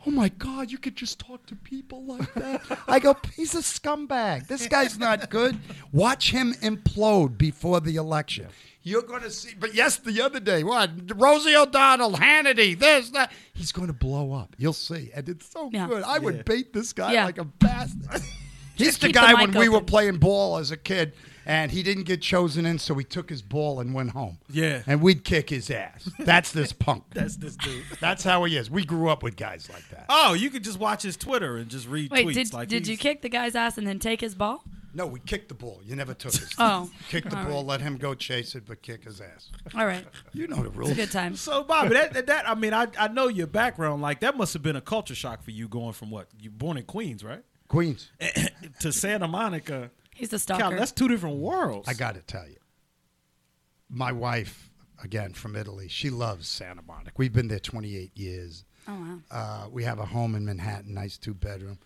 Speaker 5: oh my God, you could just talk to people like that. I go, he's a scumbag. This guy's not good. Watch him implode before the election. You're going to see, but yes, the other day, what? Rosie O'Donnell, Hannity, this, that. He's going to blow up. You'll see. And it's so
Speaker 2: Yeah.
Speaker 5: good. I would bait this guy
Speaker 2: Yeah.
Speaker 5: like a bastard. He's the
Speaker 2: keep the
Speaker 5: guy
Speaker 2: mic
Speaker 5: when we were
Speaker 2: open.
Speaker 5: playing ball as a kid, and he didn't get chosen in, so he took his ball and went home.
Speaker 4: Yeah.
Speaker 5: And we'd kick his ass. That's this punk.
Speaker 4: That's this dude.
Speaker 5: That's how he is. We grew up with guys like that.
Speaker 4: Oh, you could just watch his Twitter and just read
Speaker 2: Wait,
Speaker 4: tweets.
Speaker 2: did,
Speaker 4: like
Speaker 2: did
Speaker 4: he's-
Speaker 2: you kick the guy's ass and then take his ball?
Speaker 5: No, we kicked the ball. You never took his.
Speaker 2: Oh.
Speaker 5: Kick the
Speaker 2: All
Speaker 5: ball, let him go chase it, but kick his ass.
Speaker 2: All right.
Speaker 5: You know the rules.
Speaker 2: It's a good time.
Speaker 4: So, Bobby, that, that, that I mean, I, I know your background. Like that must have been a culture shock for you, going from what you born in Queens, right,
Speaker 5: Queens.
Speaker 4: to Santa Monica.
Speaker 2: He's a
Speaker 4: God,
Speaker 2: stalker.
Speaker 4: that's two different worlds.
Speaker 5: I got to tell you, my wife, again from Italy, she loves Santa Monica. We've been there 28 years.
Speaker 2: oh, wow.
Speaker 5: Uh, we have a home in Manhattan, nice two bedroom.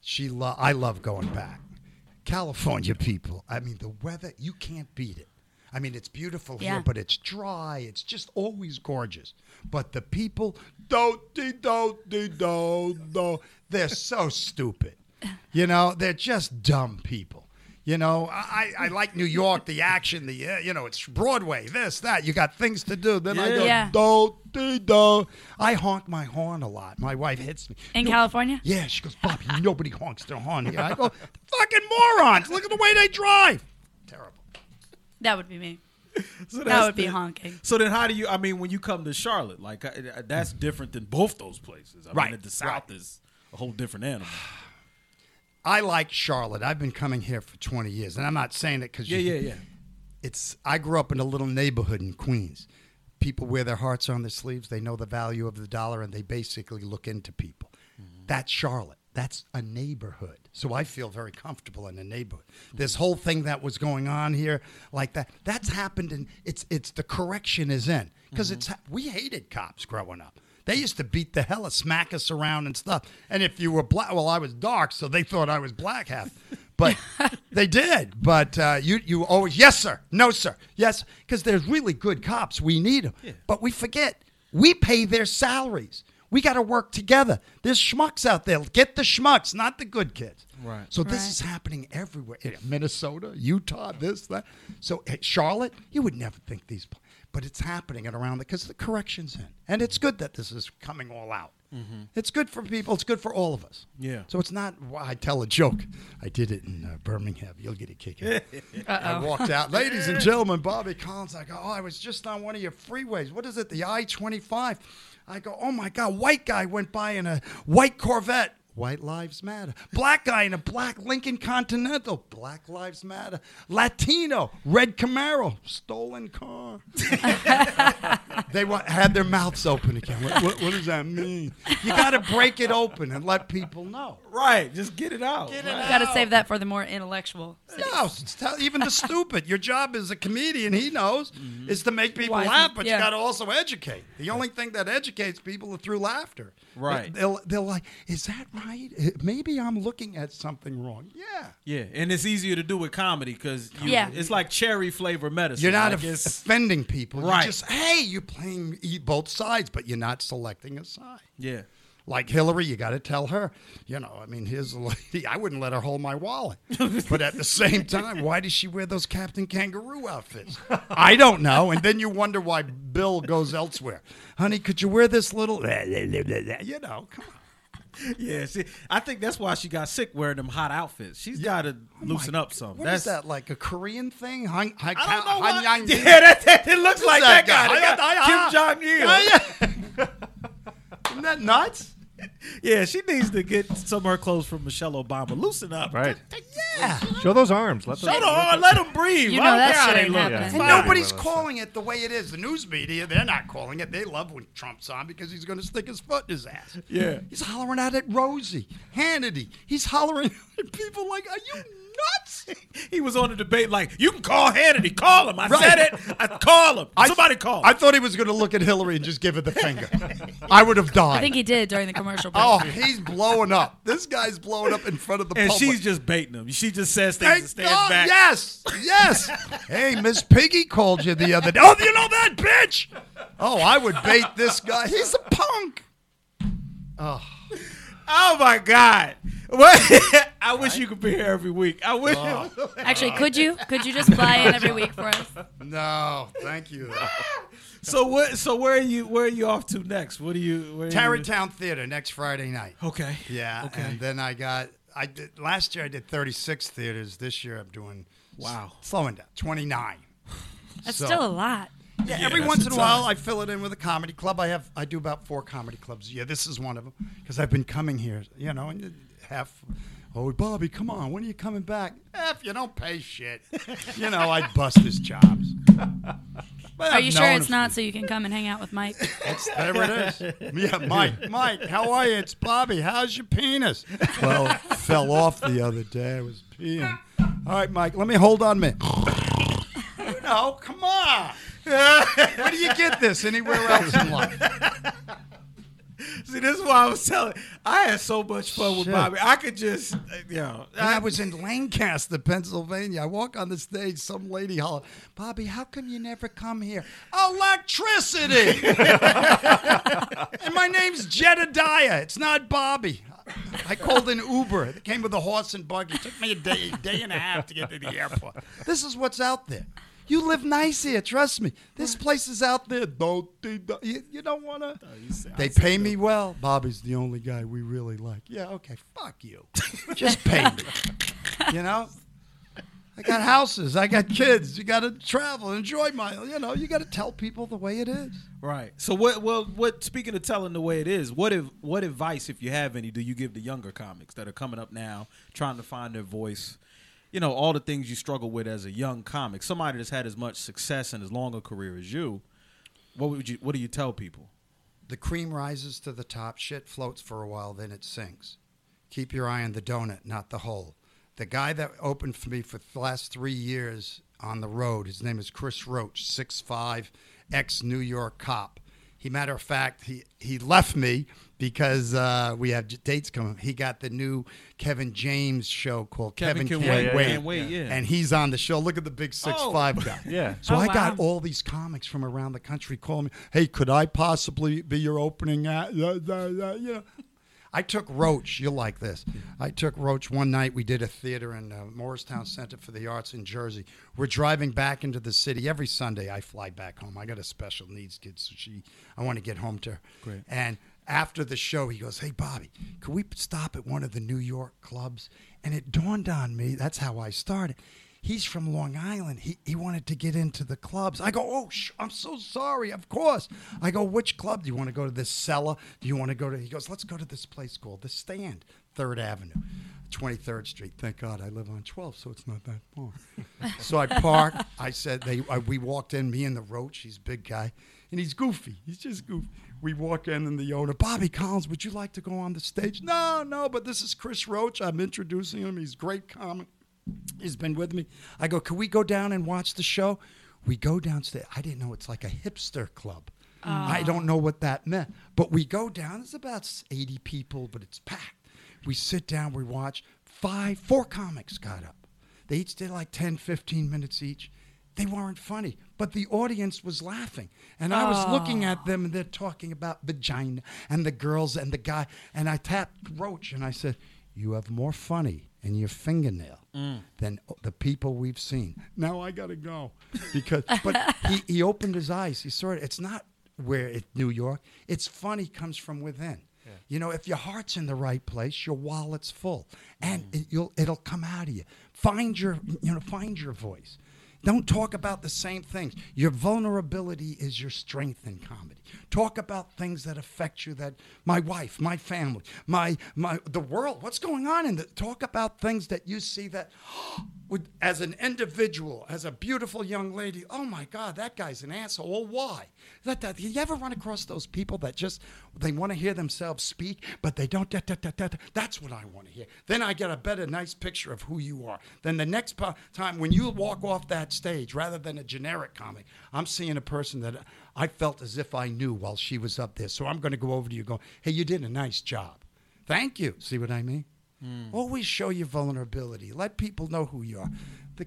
Speaker 5: She lo- I love going back. California people, I mean, the weather, you can't beat it. I mean, it's beautiful
Speaker 2: Yeah.
Speaker 5: here, but it's dry. It's just always gorgeous. But the people, do de do de do do, they're so stupid. You know, they're just dumb people. You know, I, I I like New York, the action, the, uh, you know, it's Broadway, this, that. You got things to do. Then I go,
Speaker 2: Yeah.
Speaker 5: do, dee, do. I honk my horn a lot. My wife hits me.
Speaker 2: In California?
Speaker 5: Yeah, she goes, Bobby, nobody honks their horn here. I go, fucking morons. Look at the way they drive. Terrible.
Speaker 2: That would be me.
Speaker 4: So
Speaker 2: That
Speaker 4: that's
Speaker 2: would be
Speaker 4: the-
Speaker 2: honking.
Speaker 4: So then, how do you? I mean, when you come to Charlotte, like uh, uh, that's different than both those places. I
Speaker 5: Right,
Speaker 4: mean, the South is a whole different animal.
Speaker 5: I like Charlotte. I've been coming here for 20 years, and I'm not saying it because
Speaker 4: Yeah, yeah, yeah.
Speaker 5: It's I grew up in a little neighborhood in Queens. People wear their hearts on their sleeves. They know the value of the dollar, and they basically look into people.
Speaker 4: Mm-hmm.
Speaker 5: That's Charlotte. That's a neighborhood. So I feel very comfortable in a neighborhood.
Speaker 4: Mm-hmm.
Speaker 5: This whole thing that was going on here, like that, that's happened, and it's it's the correction is in because
Speaker 4: Mm-hmm.
Speaker 5: it's ha- we hated cops growing up. They used to beat the hell of smack us around and stuff. And if you were black, well, I was dark, so they thought I was black half. But they did. But uh, you, you always, yes, sir, no, sir, yes, because there's really good cops. We need them. But we forget we pay their salaries. We got to work together. There's schmucks out there. Get the schmucks, not the good kids.
Speaker 4: Right.
Speaker 5: So this
Speaker 2: Right.
Speaker 5: is happening everywhere. In Minnesota, Utah, this, that. So eh, Charlotte, you would never think these, pl- but it's happening and around because the correction's in. And it's good that this is coming all out. It's good for people. It's good for all of us.
Speaker 4: Yeah.
Speaker 5: So it's not why I tell a joke. I did it in uh, Birmingham. You'll get a kick out. I walked out. Ladies and gentlemen, Bobby Collins, I go, oh, I was just on one of your freeways. What is it, the I 25? I go, oh my God, white guy went by in a white Corvette. White Lives Matter. Black guy in a black Lincoln Continental. Black Lives Matter. Latino, red Camaro, stolen car. they wa- had their mouths open again. What, what, what does that mean? You got to break it open and let people know.
Speaker 4: Right. Just get it out.
Speaker 5: Get it
Speaker 4: right.
Speaker 5: out.
Speaker 2: Got to save that for the more intellectual.
Speaker 5: No, s- tell, even the stupid. Your job as a comedian, he knows,
Speaker 4: Mm-hmm.
Speaker 5: is to make people
Speaker 2: Wise-
Speaker 5: laugh, but
Speaker 2: yeah.
Speaker 5: you got to also educate. The only thing that educates people is through laughter.
Speaker 4: Right.
Speaker 5: They, will they're like, is that right? Eh, Maybe I'm looking at something wrong. Yeah.
Speaker 4: Yeah, and it's easier to do with comedy because
Speaker 2: Yeah.
Speaker 4: it's like cherry flavor medicine.
Speaker 5: You're not
Speaker 4: Like,
Speaker 5: of-
Speaker 4: it's-
Speaker 5: offending people.
Speaker 4: Right.
Speaker 5: You're just, hey, you're playing e- both sides, but you're not selecting a side.
Speaker 4: yeah.
Speaker 5: Like Hillary, you got to tell her, you know, I mean, here's a lady, I wouldn't let her hold my wallet. But at the same time, why does she wear those Captain Kangaroo outfits? I don't know. And then you wonder why Bill goes elsewhere. Honey, could you wear this little, you know, come on.
Speaker 4: Yeah, see, I think that's why she got sick wearing them hot outfits. She's got to loosen up some.
Speaker 5: Oh What
Speaker 4: that's
Speaker 5: is that, like a Korean thing? Han, han,
Speaker 4: I don't know
Speaker 5: han-
Speaker 4: what.
Speaker 5: yang-
Speaker 4: yeah, that, that- it looks like
Speaker 5: that
Speaker 4: that guy.
Speaker 5: guy?
Speaker 4: That guy,
Speaker 5: I- I- I-
Speaker 4: Kim Jong Il.
Speaker 5: Yeah, yeah. Isn't that nuts?
Speaker 4: yeah, she needs to get some of her clothes from Michelle Obama. Loosen up.
Speaker 3: Right.
Speaker 5: Yeah.
Speaker 3: Show those arms. Let
Speaker 4: Shut
Speaker 3: those,
Speaker 4: on. Let them breathe.
Speaker 2: You
Speaker 4: I
Speaker 2: know
Speaker 4: don't
Speaker 2: that
Speaker 4: care how
Speaker 2: shit
Speaker 4: they
Speaker 2: ain't
Speaker 4: look.
Speaker 2: happening.
Speaker 4: It's
Speaker 2: And
Speaker 4: fine.
Speaker 3: nobody-
Speaker 5: Nobody's calling it the way it is. The news media, they're not calling it. They love when Trump's on because he's going to stick his foot in his ass.
Speaker 4: Yeah.
Speaker 5: He's hollering out at Rosie, Hannity. He's hollering at people like, are you nuts?
Speaker 4: He was on a debate like, you can call Hannity. Call him. I said
Speaker 5: Right.
Speaker 4: it. I call him. Somebody call him.
Speaker 5: I thought he was going to look at Hillary and just give her the finger. I would have died.
Speaker 2: I think he did during the commercial break.
Speaker 5: oh, he's blowing up. This guy's blowing up in front of the
Speaker 4: and
Speaker 5: public.
Speaker 4: she's just baiting him. She just says things
Speaker 5: Thank
Speaker 4: and stands
Speaker 5: God,
Speaker 4: back.
Speaker 5: Yes, yes. hey, Miss Piggy called you the other day. Oh, you know that bitch? Oh, I would bait this guy. He's a punk.
Speaker 4: Oh my God. What? I wish you could be here every week. I wish.
Speaker 2: Actually, could you? Could you just fly in every week for us?
Speaker 5: No, thank you.
Speaker 4: So what? So where are you? Where are you off to next? What do you? Where are you-
Speaker 5: Tarrytown Theater next Friday night.
Speaker 4: Okay.
Speaker 5: Yeah,
Speaker 4: Okay.
Speaker 5: and then I got I did last year I did 36 theaters. This year I'm doing s-
Speaker 4: Wow.
Speaker 5: slowing down 29.
Speaker 2: That's
Speaker 5: So-
Speaker 2: still a lot.
Speaker 5: Yeah, every
Speaker 4: that's
Speaker 5: once in
Speaker 4: a ton.
Speaker 5: a while I fill it in with a comedy club. I have I do about four comedy clubs. Yeah, this is one of them because I've been coming here, you know, and half. Oh, Bobby, come on! When are you coming back? Eh, If you don't pay shit, you know I bust his jobs. But
Speaker 2: Are
Speaker 5: I've
Speaker 2: you sure
Speaker 5: known
Speaker 2: it's
Speaker 5: him-
Speaker 2: not so you can come and hang out with Mike?
Speaker 5: That's there it is. Yeah, Mike, Mike, how are you? It's Bobby. How's your penis? Well, it fell off the other day. I was peeing. All right, Mike, let me hold on a minute. you know, come on. Where do you get this? Anywhere else in life?
Speaker 4: See, this is why I was telling. I had so much fun with
Speaker 5: Shit.
Speaker 4: Bobby. I could just, uh, you know,
Speaker 5: And I was in Lancaster, Pennsylvania. I walk on the stage, some lady holler, Bobby, how come you never come here? Electricity! and my name's Jedediah. It's not Bobby. I called an Uber. It came with a horse and buggy. It took me a day, day and a half to get to the airport. This is what's out there. You live nice here, trust me. This place is out there. Don't do- do- you, you don't want to. They pay me well. Bobby's the only guy we really like. Yeah, okay, fuck you. Just pay me. You know, I got houses. I got kids. You got to travel, enjoy my. You know, you got to tell people the way it is.
Speaker 4: right. So what? Well, what? Speaking of telling the way it is, what if? What advice, if you have any, do you give the younger comics that are coming up now, trying to find their voice? You know, all the things you struggle with as a young comic, somebody that's had as much success and as long a career as you. What would you? What do you tell people?
Speaker 5: The cream rises to the top, shit floats for a while, then it sinks. Keep your eye on the donut, not the hole. The guy that opened for me for the last three years on the road, his name is Chris Roach, 6'5, ex New York cop. He, matter of fact, he, he left me because uh, we have j- dates coming. He got the new Kevin James show called Kevin,
Speaker 4: Kevin Can
Speaker 5: Can't,
Speaker 3: Wait.
Speaker 5: Wait.
Speaker 4: Can't Wait, yeah.
Speaker 5: And he's on the show. Look at the big six
Speaker 4: Oh.
Speaker 5: five guy.
Speaker 3: Yeah.
Speaker 5: So
Speaker 2: Oh,
Speaker 5: I
Speaker 2: wow.
Speaker 5: got all these comics from around the country calling me, "Hey, could I possibly be your opening act?" Blah, blah, blah, You know, I took Roach. You'll like this. I took Roach one night. We did a theater in uh, Morristown Center for the Arts in Jersey. We're driving back into the city every Sunday. I fly back home. I got a special needs kid, so she. I want to get home to her.
Speaker 4: Great.
Speaker 5: And after the show, he goes, Hey, Bobby, could we stop at one of the New York clubs? And it dawned on me, that's how I started. He's from Long Island. He, he wanted to get into the clubs. I go, Oh, sh- I'm so sorry. Of course. I go, Which club? Do you want to go to this cellar? Do you want to go to? He goes, Let's go to this place called The Stand, Third Avenue. 23rd Street. Thank God I live on 12, so it's not that far. so I park. I said, they, I, we walked in, me and the roach, he's a big guy, and he's goofy. He's just goofy. We walk in, and the owner, Bobby Collins, would you like to go on the stage? No, no, but this is Chris Roach. I'm introducing him. He's great comic. He's been with me. I go, can we go down and watch the show? We go downstairs. I didn't know it's like a hipster club. I don't know what that meant. But we go down. There's about 80 people, but it's packed. We sit down, we watch. Five, four comics got up. They each did like 10, 15 minutes each. They weren't funny, but the audience was laughing. And I was looking at them and they're talking about vagina and the girls and the guy. And I tapped Roach and I said, You have more funny in your fingernail than the people we've seen. Now I gotta go. Because but he, he opened his eyes. He saw it. It's not where it New York. It's funny comes from within. You know, if your heart's in the right place, your wallet's full, and it, you'll it'll come out of you. Find your you know find your voice. Don't talk about the same things. Your vulnerability is your strength in comedy. Talk about things that affect you that my wife, my family, my my the world, what's going on in the talk about things that you see that would as an individual, as a beautiful young lady, oh my God, that guy's an asshole. Well, why? That, that, you ever run across those people that just they want to hear themselves speak, but they don't. Da, da, da, da, da. That's what I want to hear. Then I get a better, nice picture of who you are. Then the next po- time when you walk off that stage, rather than a generic comic, I'm seeing a person that I felt as if I knew while she was up there. So I'm going to go over to you, and go, hey, you did a nice job. Thank you. See what I mean? Always show your vulnerability. Let people know who you are. The,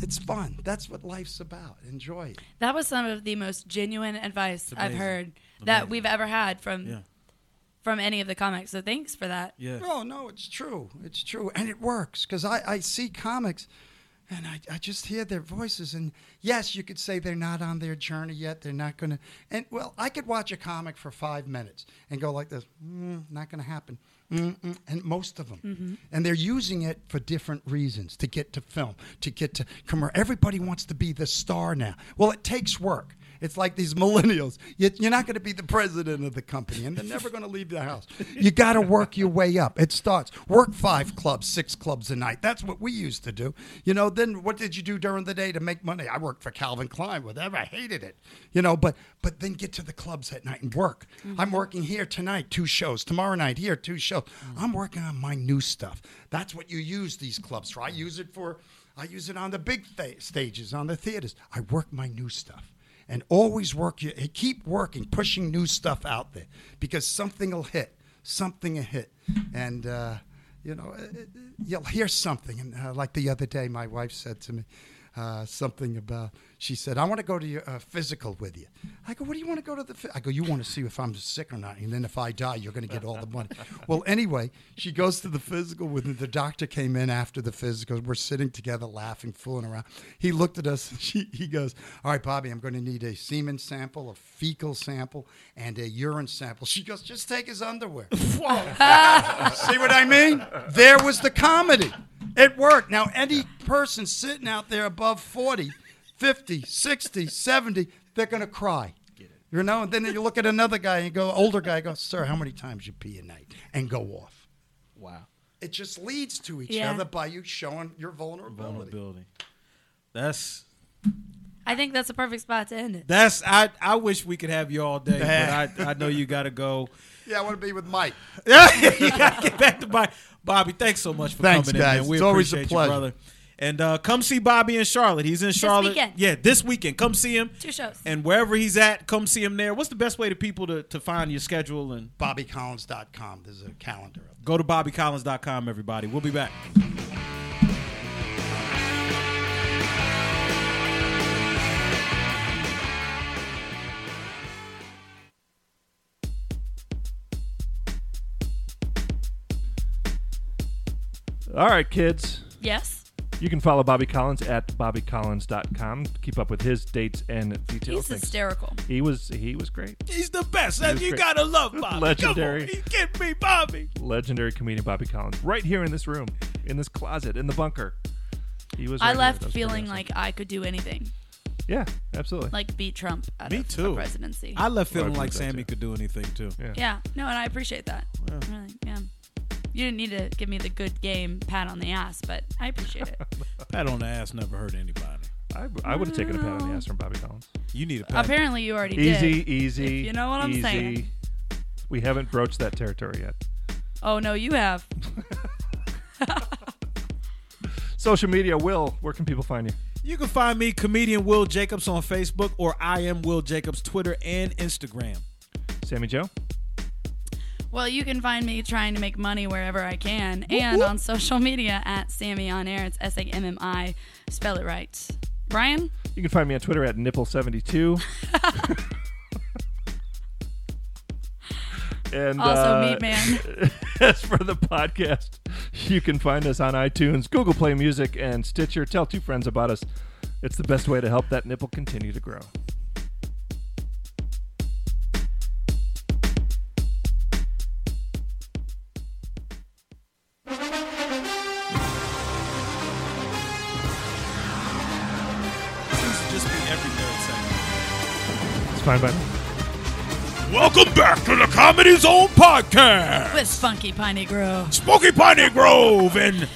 Speaker 5: it's fun. That's what life's about. Enjoy it.
Speaker 2: That was some of the most genuine advice I've
Speaker 4: amazing.
Speaker 2: heard that
Speaker 4: Amazing.
Speaker 2: we've ever had from
Speaker 4: Yeah.
Speaker 2: from any of the comics. So thanks for that.
Speaker 4: Yeah.
Speaker 5: No, no, it's true. It's true. And it works because I, I see comics and I, I just hear their voices. And yes, you could say they're not on their journey yet. They're not going to. And well, I could watch a comic for five minutes and go like this mm, not going to happen. Mm-mm. And most of them. And they're using it for different reasons to get to film, to get to commercial. Everybody wants to be the star now. Well, it takes work. It's like these millennials. You- You're not going to be the president of the company, and they're never going to leave the house. You got to work your way up. It starts work five clubs, six clubs a night. That's what we used to do. You know, then what did you do during the day to make money? I worked for Calvin Klein, whatever. I hated it. You know, but but then get to the clubs at night and work. I'm working here tonight, two shows. Tomorrow night here, two shows. I'm working on my new stuff. That's what you use these clubs for. I use it for. I use it on the big th- stages, on the theaters. I work my new stuff and always work your keep working pushing new stuff out there because something will hit something will hit and uh, you know it- it- you'll hear something and uh, like the other day my wife said to me uh, something about she said i want to go to your uh, physical with you i go what do you want to go to the phy-" i go you want to see if i'm sick or not and then if i die you're going to get all the money well anyway she goes to the physical with me the doctor came in after the physical we're sitting together laughing fooling around he looked at us and she, he goes all right bobby i'm going to need a semen sample a fecal sample and a urine sample she goes just take his underwear See what I mean? There was the comedy. It worked. Now, any person sitting out there above 40, 50, 60, 70, they're going to cry. You know, and then you look at another guy and you go, older guy, go, sir, how many times you pee a night? And go off.
Speaker 4: Wow.
Speaker 5: It just leads to each
Speaker 2: Yeah.
Speaker 5: other by you showing your vulnerability.
Speaker 4: Vulnerability. That's
Speaker 2: I think that's a perfect spot to end it.
Speaker 4: that's I I wish we could have you all day, but I I know you got to go.
Speaker 5: Yeah, I want to be with Mike.
Speaker 4: Yeah, you got to get back to Bobby. Bobby, thanks so much for
Speaker 5: Thanks,
Speaker 4: coming
Speaker 5: guys.
Speaker 4: in, man. We
Speaker 5: It's always a
Speaker 4: appreciate
Speaker 5: pleasure.
Speaker 4: you, brother. And uh, come see Bobby in Charlotte. He's in Charlotte.
Speaker 2: weekend.
Speaker 4: Yeah, this weekend. Come see him.
Speaker 2: Two shows.
Speaker 4: And wherever he's at, come see him there. What's the best way to people to, to find your schedule? And
Speaker 5: BobbyCollins.com. There's a calendar up there.
Speaker 4: go to bobbycollins.com, everybody. We'll be back.
Speaker 3: All right, kids.
Speaker 2: Yes.
Speaker 3: You can follow Bobby Collins at bobbycollins.com. Keep up with his dates and details.
Speaker 2: He's
Speaker 3: Thanks.
Speaker 2: hysterical.
Speaker 3: He was he was great.
Speaker 4: He's the best.
Speaker 3: was
Speaker 4: you
Speaker 3: great.
Speaker 4: gotta love Bobby.
Speaker 3: Legendary.
Speaker 4: Come on, you get me, Bobby.
Speaker 3: Legendary comedian Bobby Collins, right here in this room, in this closet, in the bunker. He was.
Speaker 2: I
Speaker 3: right here. That
Speaker 2: left
Speaker 3: was pretty
Speaker 2: feeling
Speaker 3: awesome.
Speaker 2: like I could do anything,
Speaker 3: Yeah, absolutely.
Speaker 2: like beat Trump out
Speaker 4: Me
Speaker 2: of
Speaker 4: too.
Speaker 2: a presidency.
Speaker 4: I left feeling
Speaker 3: Well, I believe
Speaker 4: like
Speaker 3: that,
Speaker 4: Sammy
Speaker 3: too.
Speaker 4: could do anything too.
Speaker 2: yeah. No, and I appreciate that. Really, yeah. You didn't need to give me the good game pat on the ass, but I appreciate it.
Speaker 4: Pat on the ass never hurt anybody.
Speaker 3: I, I would have taken a pat on the ass from Bobby Collins.
Speaker 4: You need a pat.
Speaker 2: Apparently, you already
Speaker 3: Easy,
Speaker 2: did.
Speaker 3: easy.
Speaker 2: If you know what I'm
Speaker 3: easy.
Speaker 2: saying.
Speaker 3: We haven't broached that territory yet.
Speaker 2: Oh no, you have.
Speaker 3: Social media, Will, where can people find you?
Speaker 4: You can find me, comedian Will Jacobs, on Facebook or I am Will Jacobs Twitter and Instagram.
Speaker 3: Sammy Joe?
Speaker 2: Well, you can find me trying to make money wherever I can and on social media at Sammy on Air. It's S A M M I. Spell it right. Brian?
Speaker 3: You can find me on Twitter at nipple72. and
Speaker 2: Also,
Speaker 3: uh,
Speaker 2: Meat Man.
Speaker 3: As for the podcast, you can find us on iTunes, Google Play Music, and Stitcher. Tell two friends about us. It's the best way to help that nipple continue to grow.
Speaker 4: every third segment.
Speaker 3: It's fine by me.
Speaker 4: Welcome back to the Comedy Zone podcast.
Speaker 2: With Funky Piney Grove.
Speaker 4: Smoky Piney Grove and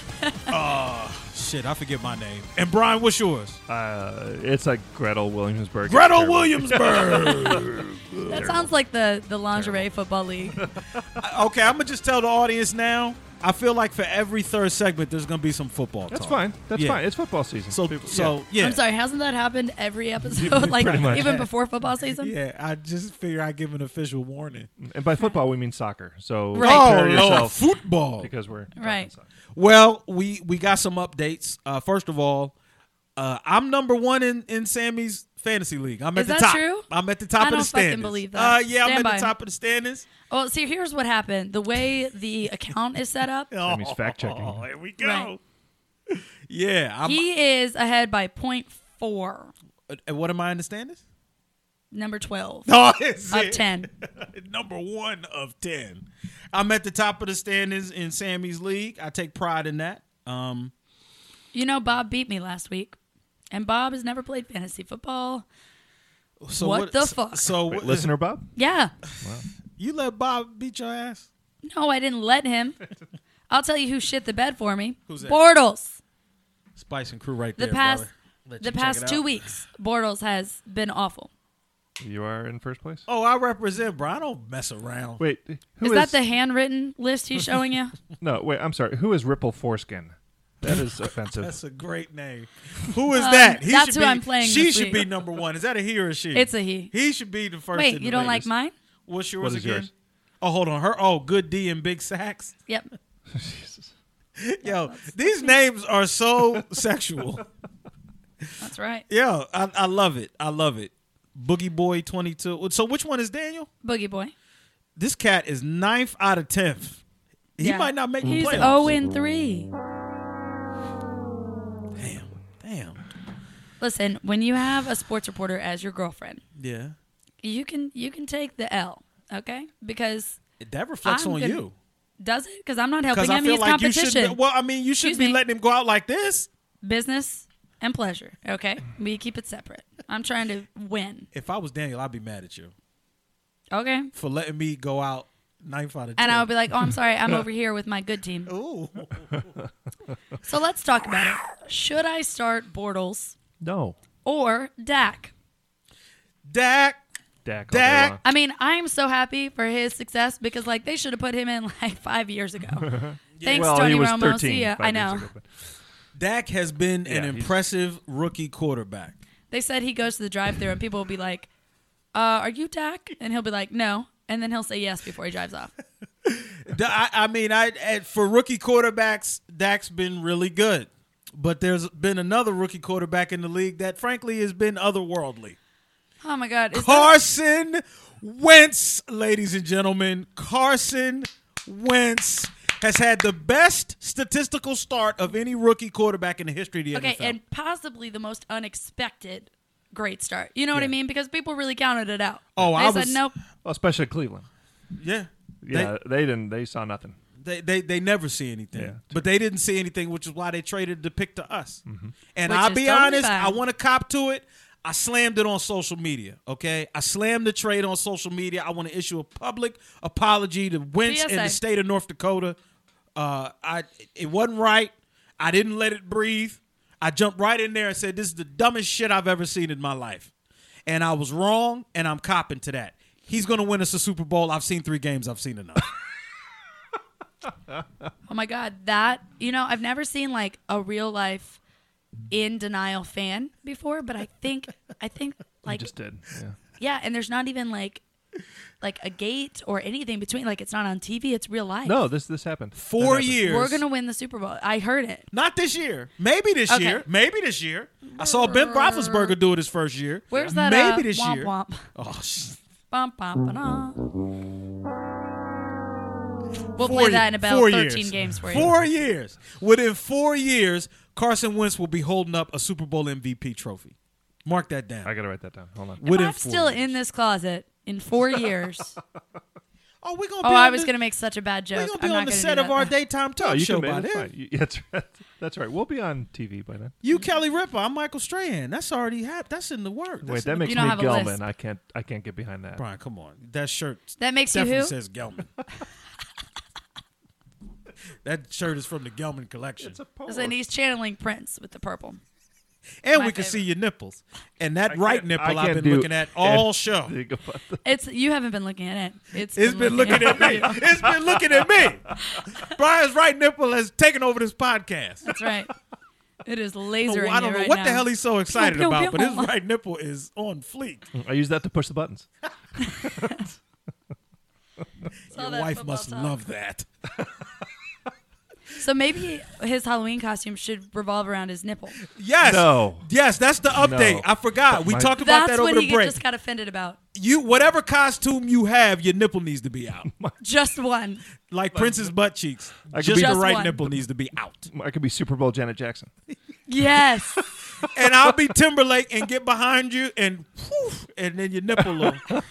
Speaker 4: uh, shit, I forget my name. And Brian, what's yours?
Speaker 3: Uh, it's like Gretel Williamsburg.
Speaker 4: Gretel
Speaker 3: Terrible.
Speaker 4: Williamsburg.
Speaker 2: That sounds like the, the lingerie football league.
Speaker 4: okay, I'm gonna just tell the audience now. I feel like for every third segment, there's gonna be some football.
Speaker 3: That's
Speaker 4: talk.
Speaker 3: fine. That's
Speaker 4: Yeah.
Speaker 3: fine. It's football season.
Speaker 4: So,
Speaker 3: People-
Speaker 4: so yeah.
Speaker 2: I'm sorry, hasn't that happened every episode? like
Speaker 3: Pretty much.
Speaker 2: even before football season?
Speaker 4: Yeah, I just figure I give an official warning.
Speaker 3: yeah. and by football we mean soccer. So
Speaker 2: Right.
Speaker 3: prepare
Speaker 2: Oh,
Speaker 3: yourself
Speaker 4: football!
Speaker 3: because we're talking
Speaker 2: Right.
Speaker 3: soccer.
Speaker 4: Well, we we got some updates. Uh, first of all, uh, I'm number one in in Sammy's fantasy league. I'm
Speaker 2: Is that
Speaker 4: at the top.
Speaker 2: true?
Speaker 4: I'm at the top
Speaker 2: I
Speaker 4: of
Speaker 2: don't
Speaker 4: the
Speaker 2: fucking
Speaker 4: standings.
Speaker 2: believe that.
Speaker 4: Uh, yeah, I'm at
Speaker 2: Stand by.
Speaker 4: the top of the standings.
Speaker 2: Well, see, here's what happened. The way the account is set up,
Speaker 4: Oh,
Speaker 3: means fact checking.
Speaker 4: here we go.
Speaker 2: Right.
Speaker 4: Yeah, I'm.
Speaker 2: he is ahead by 0.4,
Speaker 4: uh, what am I in the standings?
Speaker 2: number 12,
Speaker 4: Oh, is
Speaker 2: of
Speaker 4: it?
Speaker 2: 10.
Speaker 4: number one of ten. I'm at the top of the standings in Sammy's league. I take pride in that. Um,
Speaker 2: You know, Bob beat me last week, and Bob has never played fantasy football.
Speaker 4: so
Speaker 2: What the fuck?
Speaker 4: So
Speaker 3: Wait,
Speaker 4: what,
Speaker 3: listener Bob.
Speaker 2: Yeah.
Speaker 4: you let Bob beat your ass.
Speaker 2: No, I didn't let him. I'll tell you who shit the bed for me.
Speaker 4: Who's that?
Speaker 2: Bortles.
Speaker 4: Spice and crew right
Speaker 2: The
Speaker 4: there.
Speaker 2: past
Speaker 4: brother. Let
Speaker 2: the
Speaker 4: you check
Speaker 2: past
Speaker 4: it
Speaker 2: two
Speaker 4: out.
Speaker 2: weeks, Bortles has been awful.
Speaker 3: You are in first place.
Speaker 4: Oh, I represent, bro. I don't mess around.
Speaker 3: Wait, who
Speaker 2: is that the handwritten list he's showing you?
Speaker 3: no? Wait, I'm sorry. Who is Ripple Foreskin? That is offensive.
Speaker 4: That's a great name. Who is that?
Speaker 2: Um, that's
Speaker 4: should
Speaker 2: who
Speaker 4: be,
Speaker 2: I'm playing
Speaker 4: She
Speaker 2: this
Speaker 4: should
Speaker 2: week.
Speaker 4: be number one. Is that a he or a she?
Speaker 2: It's a he.
Speaker 4: He should be the first.
Speaker 2: Wait,
Speaker 4: in
Speaker 2: you
Speaker 4: the
Speaker 2: don't like
Speaker 4: latest.
Speaker 2: mine?
Speaker 4: What's yours
Speaker 3: What is
Speaker 4: again?
Speaker 3: yours?
Speaker 4: Oh, hold on. Her. Oh, good D and big sacks.
Speaker 2: Yep.
Speaker 3: Jesus.
Speaker 4: Yo, these names are so sexual.
Speaker 2: That's right.
Speaker 4: Yeah, I, I love it. I love it. Boogie Boy 22. So which one is Daniel?
Speaker 2: Boogie Boy.
Speaker 4: This cat is ninth out of 10th. He
Speaker 2: Yeah.
Speaker 4: might not make the
Speaker 2: He's
Speaker 4: playoffs.
Speaker 2: 0 and 3.
Speaker 4: Damn. Damn.
Speaker 2: Listen, when you have a sports reporter as your girlfriend,
Speaker 4: Yeah.
Speaker 2: you can you can take the L, okay? Because
Speaker 4: That reflects
Speaker 2: I'm
Speaker 4: on
Speaker 2: gonna-
Speaker 4: you.
Speaker 2: does it? Because I'm not helping
Speaker 4: Because I
Speaker 2: him.
Speaker 4: feel
Speaker 2: He's
Speaker 4: like you should.
Speaker 2: competition.
Speaker 4: be- Well, I mean, you shouldn't
Speaker 2: Excuse
Speaker 4: be
Speaker 2: me.
Speaker 4: letting him go out like this.
Speaker 2: business and pleasure. Okay, we keep it separate. I'm trying to win.
Speaker 4: If I was Daniel, I'd be mad at you
Speaker 2: Okay,
Speaker 4: for letting me go out ninth out of 10.
Speaker 2: and I would be like, "Oh, I'm sorry, I'm over here with my good team."
Speaker 4: Ooh.
Speaker 2: So let's talk about it. Should I start Bortles
Speaker 3: No,
Speaker 2: or Dak?
Speaker 4: Dak.
Speaker 3: Dak.
Speaker 4: Dak.
Speaker 3: Dak.
Speaker 2: I mean, I'm so happy for his success because like they should have put him in like five years ago. Thanks,
Speaker 3: well,
Speaker 2: Tony
Speaker 3: he was
Speaker 2: Romo.
Speaker 3: 13.
Speaker 2: See ya.
Speaker 3: five
Speaker 2: I
Speaker 3: years
Speaker 2: know.
Speaker 3: ago, but-
Speaker 4: Dak has been an
Speaker 3: Yeah, he's-
Speaker 4: impressive rookie quarterback.
Speaker 2: They said he goes to the drive-through and people will be like, uh, "Are you Dak?" And he'll be like, "No," and then he'll say yes before he drives off.
Speaker 4: D- I, I mean, I at- for rookie quarterbacks, Dak's been really good, but there's been another rookie quarterback in the league that, frankly, has been otherworldly.
Speaker 2: Oh my God! Is that-
Speaker 4: Carson Wentz, ladies and gentlemen, Carson Wentz has had the best statistical start of any rookie quarterback in the history of the
Speaker 2: Okay,
Speaker 4: NFL.
Speaker 2: and possibly the most unexpected great start. You know what I
Speaker 4: Yeah.
Speaker 2: mean? Because people really counted it out.
Speaker 4: Oh,
Speaker 2: they
Speaker 4: I
Speaker 2: said
Speaker 4: was-
Speaker 2: nope.
Speaker 3: Well, especially Cleveland.
Speaker 4: yeah.
Speaker 3: Yeah, they, didn't. They saw nothing.
Speaker 4: They, they, they, they never see anything,
Speaker 3: Yeah.
Speaker 4: but they didn't see anything, which is why they traded the pick to us.
Speaker 3: Mm-hmm.
Speaker 4: And
Speaker 2: Which
Speaker 4: I'll
Speaker 2: is
Speaker 4: be
Speaker 2: totally
Speaker 4: honest,
Speaker 2: fine.
Speaker 4: I want to cop to it. I slammed it on social media. Okay, I slammed the trade on social media. I want to issue a public apology to Wentz and
Speaker 2: PSA.
Speaker 4: the state of North Dakota. Uh, I it wasn't right. I didn't let it breathe. I jumped right in there and said, "This is the dumbest shit I've ever seen in my life," and I was wrong. And I'm copping to that. He's gonna win us a Super Bowl. I've seen three games. I've seen enough.
Speaker 2: Oh my God, that you know, I've never seen like a real life in denial fan before, but I think I think
Speaker 3: They
Speaker 2: like
Speaker 3: just did. Yeah.
Speaker 2: yeah, and there's not even like like a gate or anything between. Like it's not on TV. It's real life.
Speaker 3: No, this this happened. That
Speaker 4: Four
Speaker 3: happened.
Speaker 4: years.
Speaker 2: We're gonna win the Super Bowl. I heard it.
Speaker 4: Not this year. Maybe this
Speaker 2: Okay.
Speaker 4: year. Maybe this year. I saw Ben Roethlisberger do it his first year.
Speaker 2: Where's that?
Speaker 4: Maybe
Speaker 2: uh,
Speaker 4: this
Speaker 2: womp
Speaker 4: year.
Speaker 2: Womp.
Speaker 4: Oh, sh-
Speaker 2: Bum, bum, ba-da. We'll
Speaker 4: four
Speaker 2: play
Speaker 4: ye-
Speaker 2: that in about
Speaker 4: four
Speaker 2: 13
Speaker 4: years.
Speaker 2: games for you.
Speaker 4: Four years. Within four years, Carson Wentz will be holding up a Super Bowl MVP trophy. Mark that down.
Speaker 3: I gotta write that down. Hold on.
Speaker 4: Within
Speaker 2: I'm
Speaker 4: four
Speaker 2: still
Speaker 4: years.
Speaker 2: in this closet in four years.
Speaker 4: Oh, we're gonna.
Speaker 2: Oh,
Speaker 4: be
Speaker 2: I
Speaker 4: on
Speaker 2: was
Speaker 4: the-
Speaker 2: going to make such a bad joke.
Speaker 4: We're gonna be
Speaker 2: I'm
Speaker 4: on
Speaker 2: not
Speaker 4: the
Speaker 2: gonna
Speaker 4: set
Speaker 2: do
Speaker 4: of
Speaker 2: that,
Speaker 4: our
Speaker 2: though.
Speaker 4: daytime talk
Speaker 3: Oh, you
Speaker 4: show
Speaker 3: can
Speaker 4: by
Speaker 3: make it.
Speaker 4: then.
Speaker 3: Fine. You- That's right. That's right. We'll be on TV by then.
Speaker 4: You Kelly Ripa, I'm Michael Strahan. That's already hap That's in the work.
Speaker 3: Wait,
Speaker 4: That's in
Speaker 3: that
Speaker 4: the-
Speaker 3: makes
Speaker 2: don't
Speaker 3: me
Speaker 2: have a
Speaker 3: Gelman.
Speaker 2: list.
Speaker 3: I can't. I can't get behind that.
Speaker 4: Brian, come on. That shirt
Speaker 2: That makes you
Speaker 4: definitely
Speaker 2: who?
Speaker 4: says Gelman. that shirt is from the Gelman collection,
Speaker 2: Listen, he's channeling Prince with the purple.
Speaker 4: and
Speaker 2: my
Speaker 4: we can see
Speaker 2: favorite.
Speaker 4: your nipples. And that
Speaker 3: I
Speaker 4: right
Speaker 3: can't-
Speaker 4: nipple
Speaker 3: I
Speaker 4: I've
Speaker 3: can't
Speaker 4: been
Speaker 3: do
Speaker 4: looking at all
Speaker 3: anything
Speaker 4: show.
Speaker 3: about that.
Speaker 2: It's you haven't been looking at it. It's
Speaker 4: It's been looking at me.
Speaker 2: you.
Speaker 4: It's been looking at me. Brian's right nipple has taken over this podcast.
Speaker 2: That's right. It is
Speaker 4: Oh, I
Speaker 2: lasering.
Speaker 4: don't
Speaker 2: you
Speaker 4: know
Speaker 2: right
Speaker 4: what
Speaker 2: now.
Speaker 4: the hell he's so excited
Speaker 2: pew,
Speaker 4: about, but his
Speaker 2: pew.
Speaker 4: right nipple is on fleek.
Speaker 3: I use that to push the buttons.
Speaker 2: Saw
Speaker 4: Your
Speaker 2: that
Speaker 4: wife
Speaker 2: football
Speaker 4: must
Speaker 2: talk.
Speaker 4: love that.
Speaker 2: So maybe his Halloween costume should revolve around his nipple.
Speaker 4: Yes.
Speaker 3: No.
Speaker 4: Yes, that's the update.
Speaker 3: No.
Speaker 4: I forgot. We
Speaker 3: My-
Speaker 4: talked about
Speaker 2: That's
Speaker 4: that
Speaker 2: what
Speaker 4: over
Speaker 2: he
Speaker 4: the
Speaker 2: get-
Speaker 4: break.
Speaker 2: just got offended about.
Speaker 4: You whatever costume you have, your nipple needs to be out.
Speaker 2: Just one.
Speaker 4: Like Prince's butt cheeks.
Speaker 3: I could
Speaker 4: Just
Speaker 3: be-
Speaker 4: the
Speaker 2: Just
Speaker 4: right
Speaker 2: one.
Speaker 4: nipple needs to be out.
Speaker 3: I could be Super Bowl Janet Jackson.
Speaker 2: Yes.
Speaker 4: And I'll be Timberlake and get behind you and whew, and then your nipple will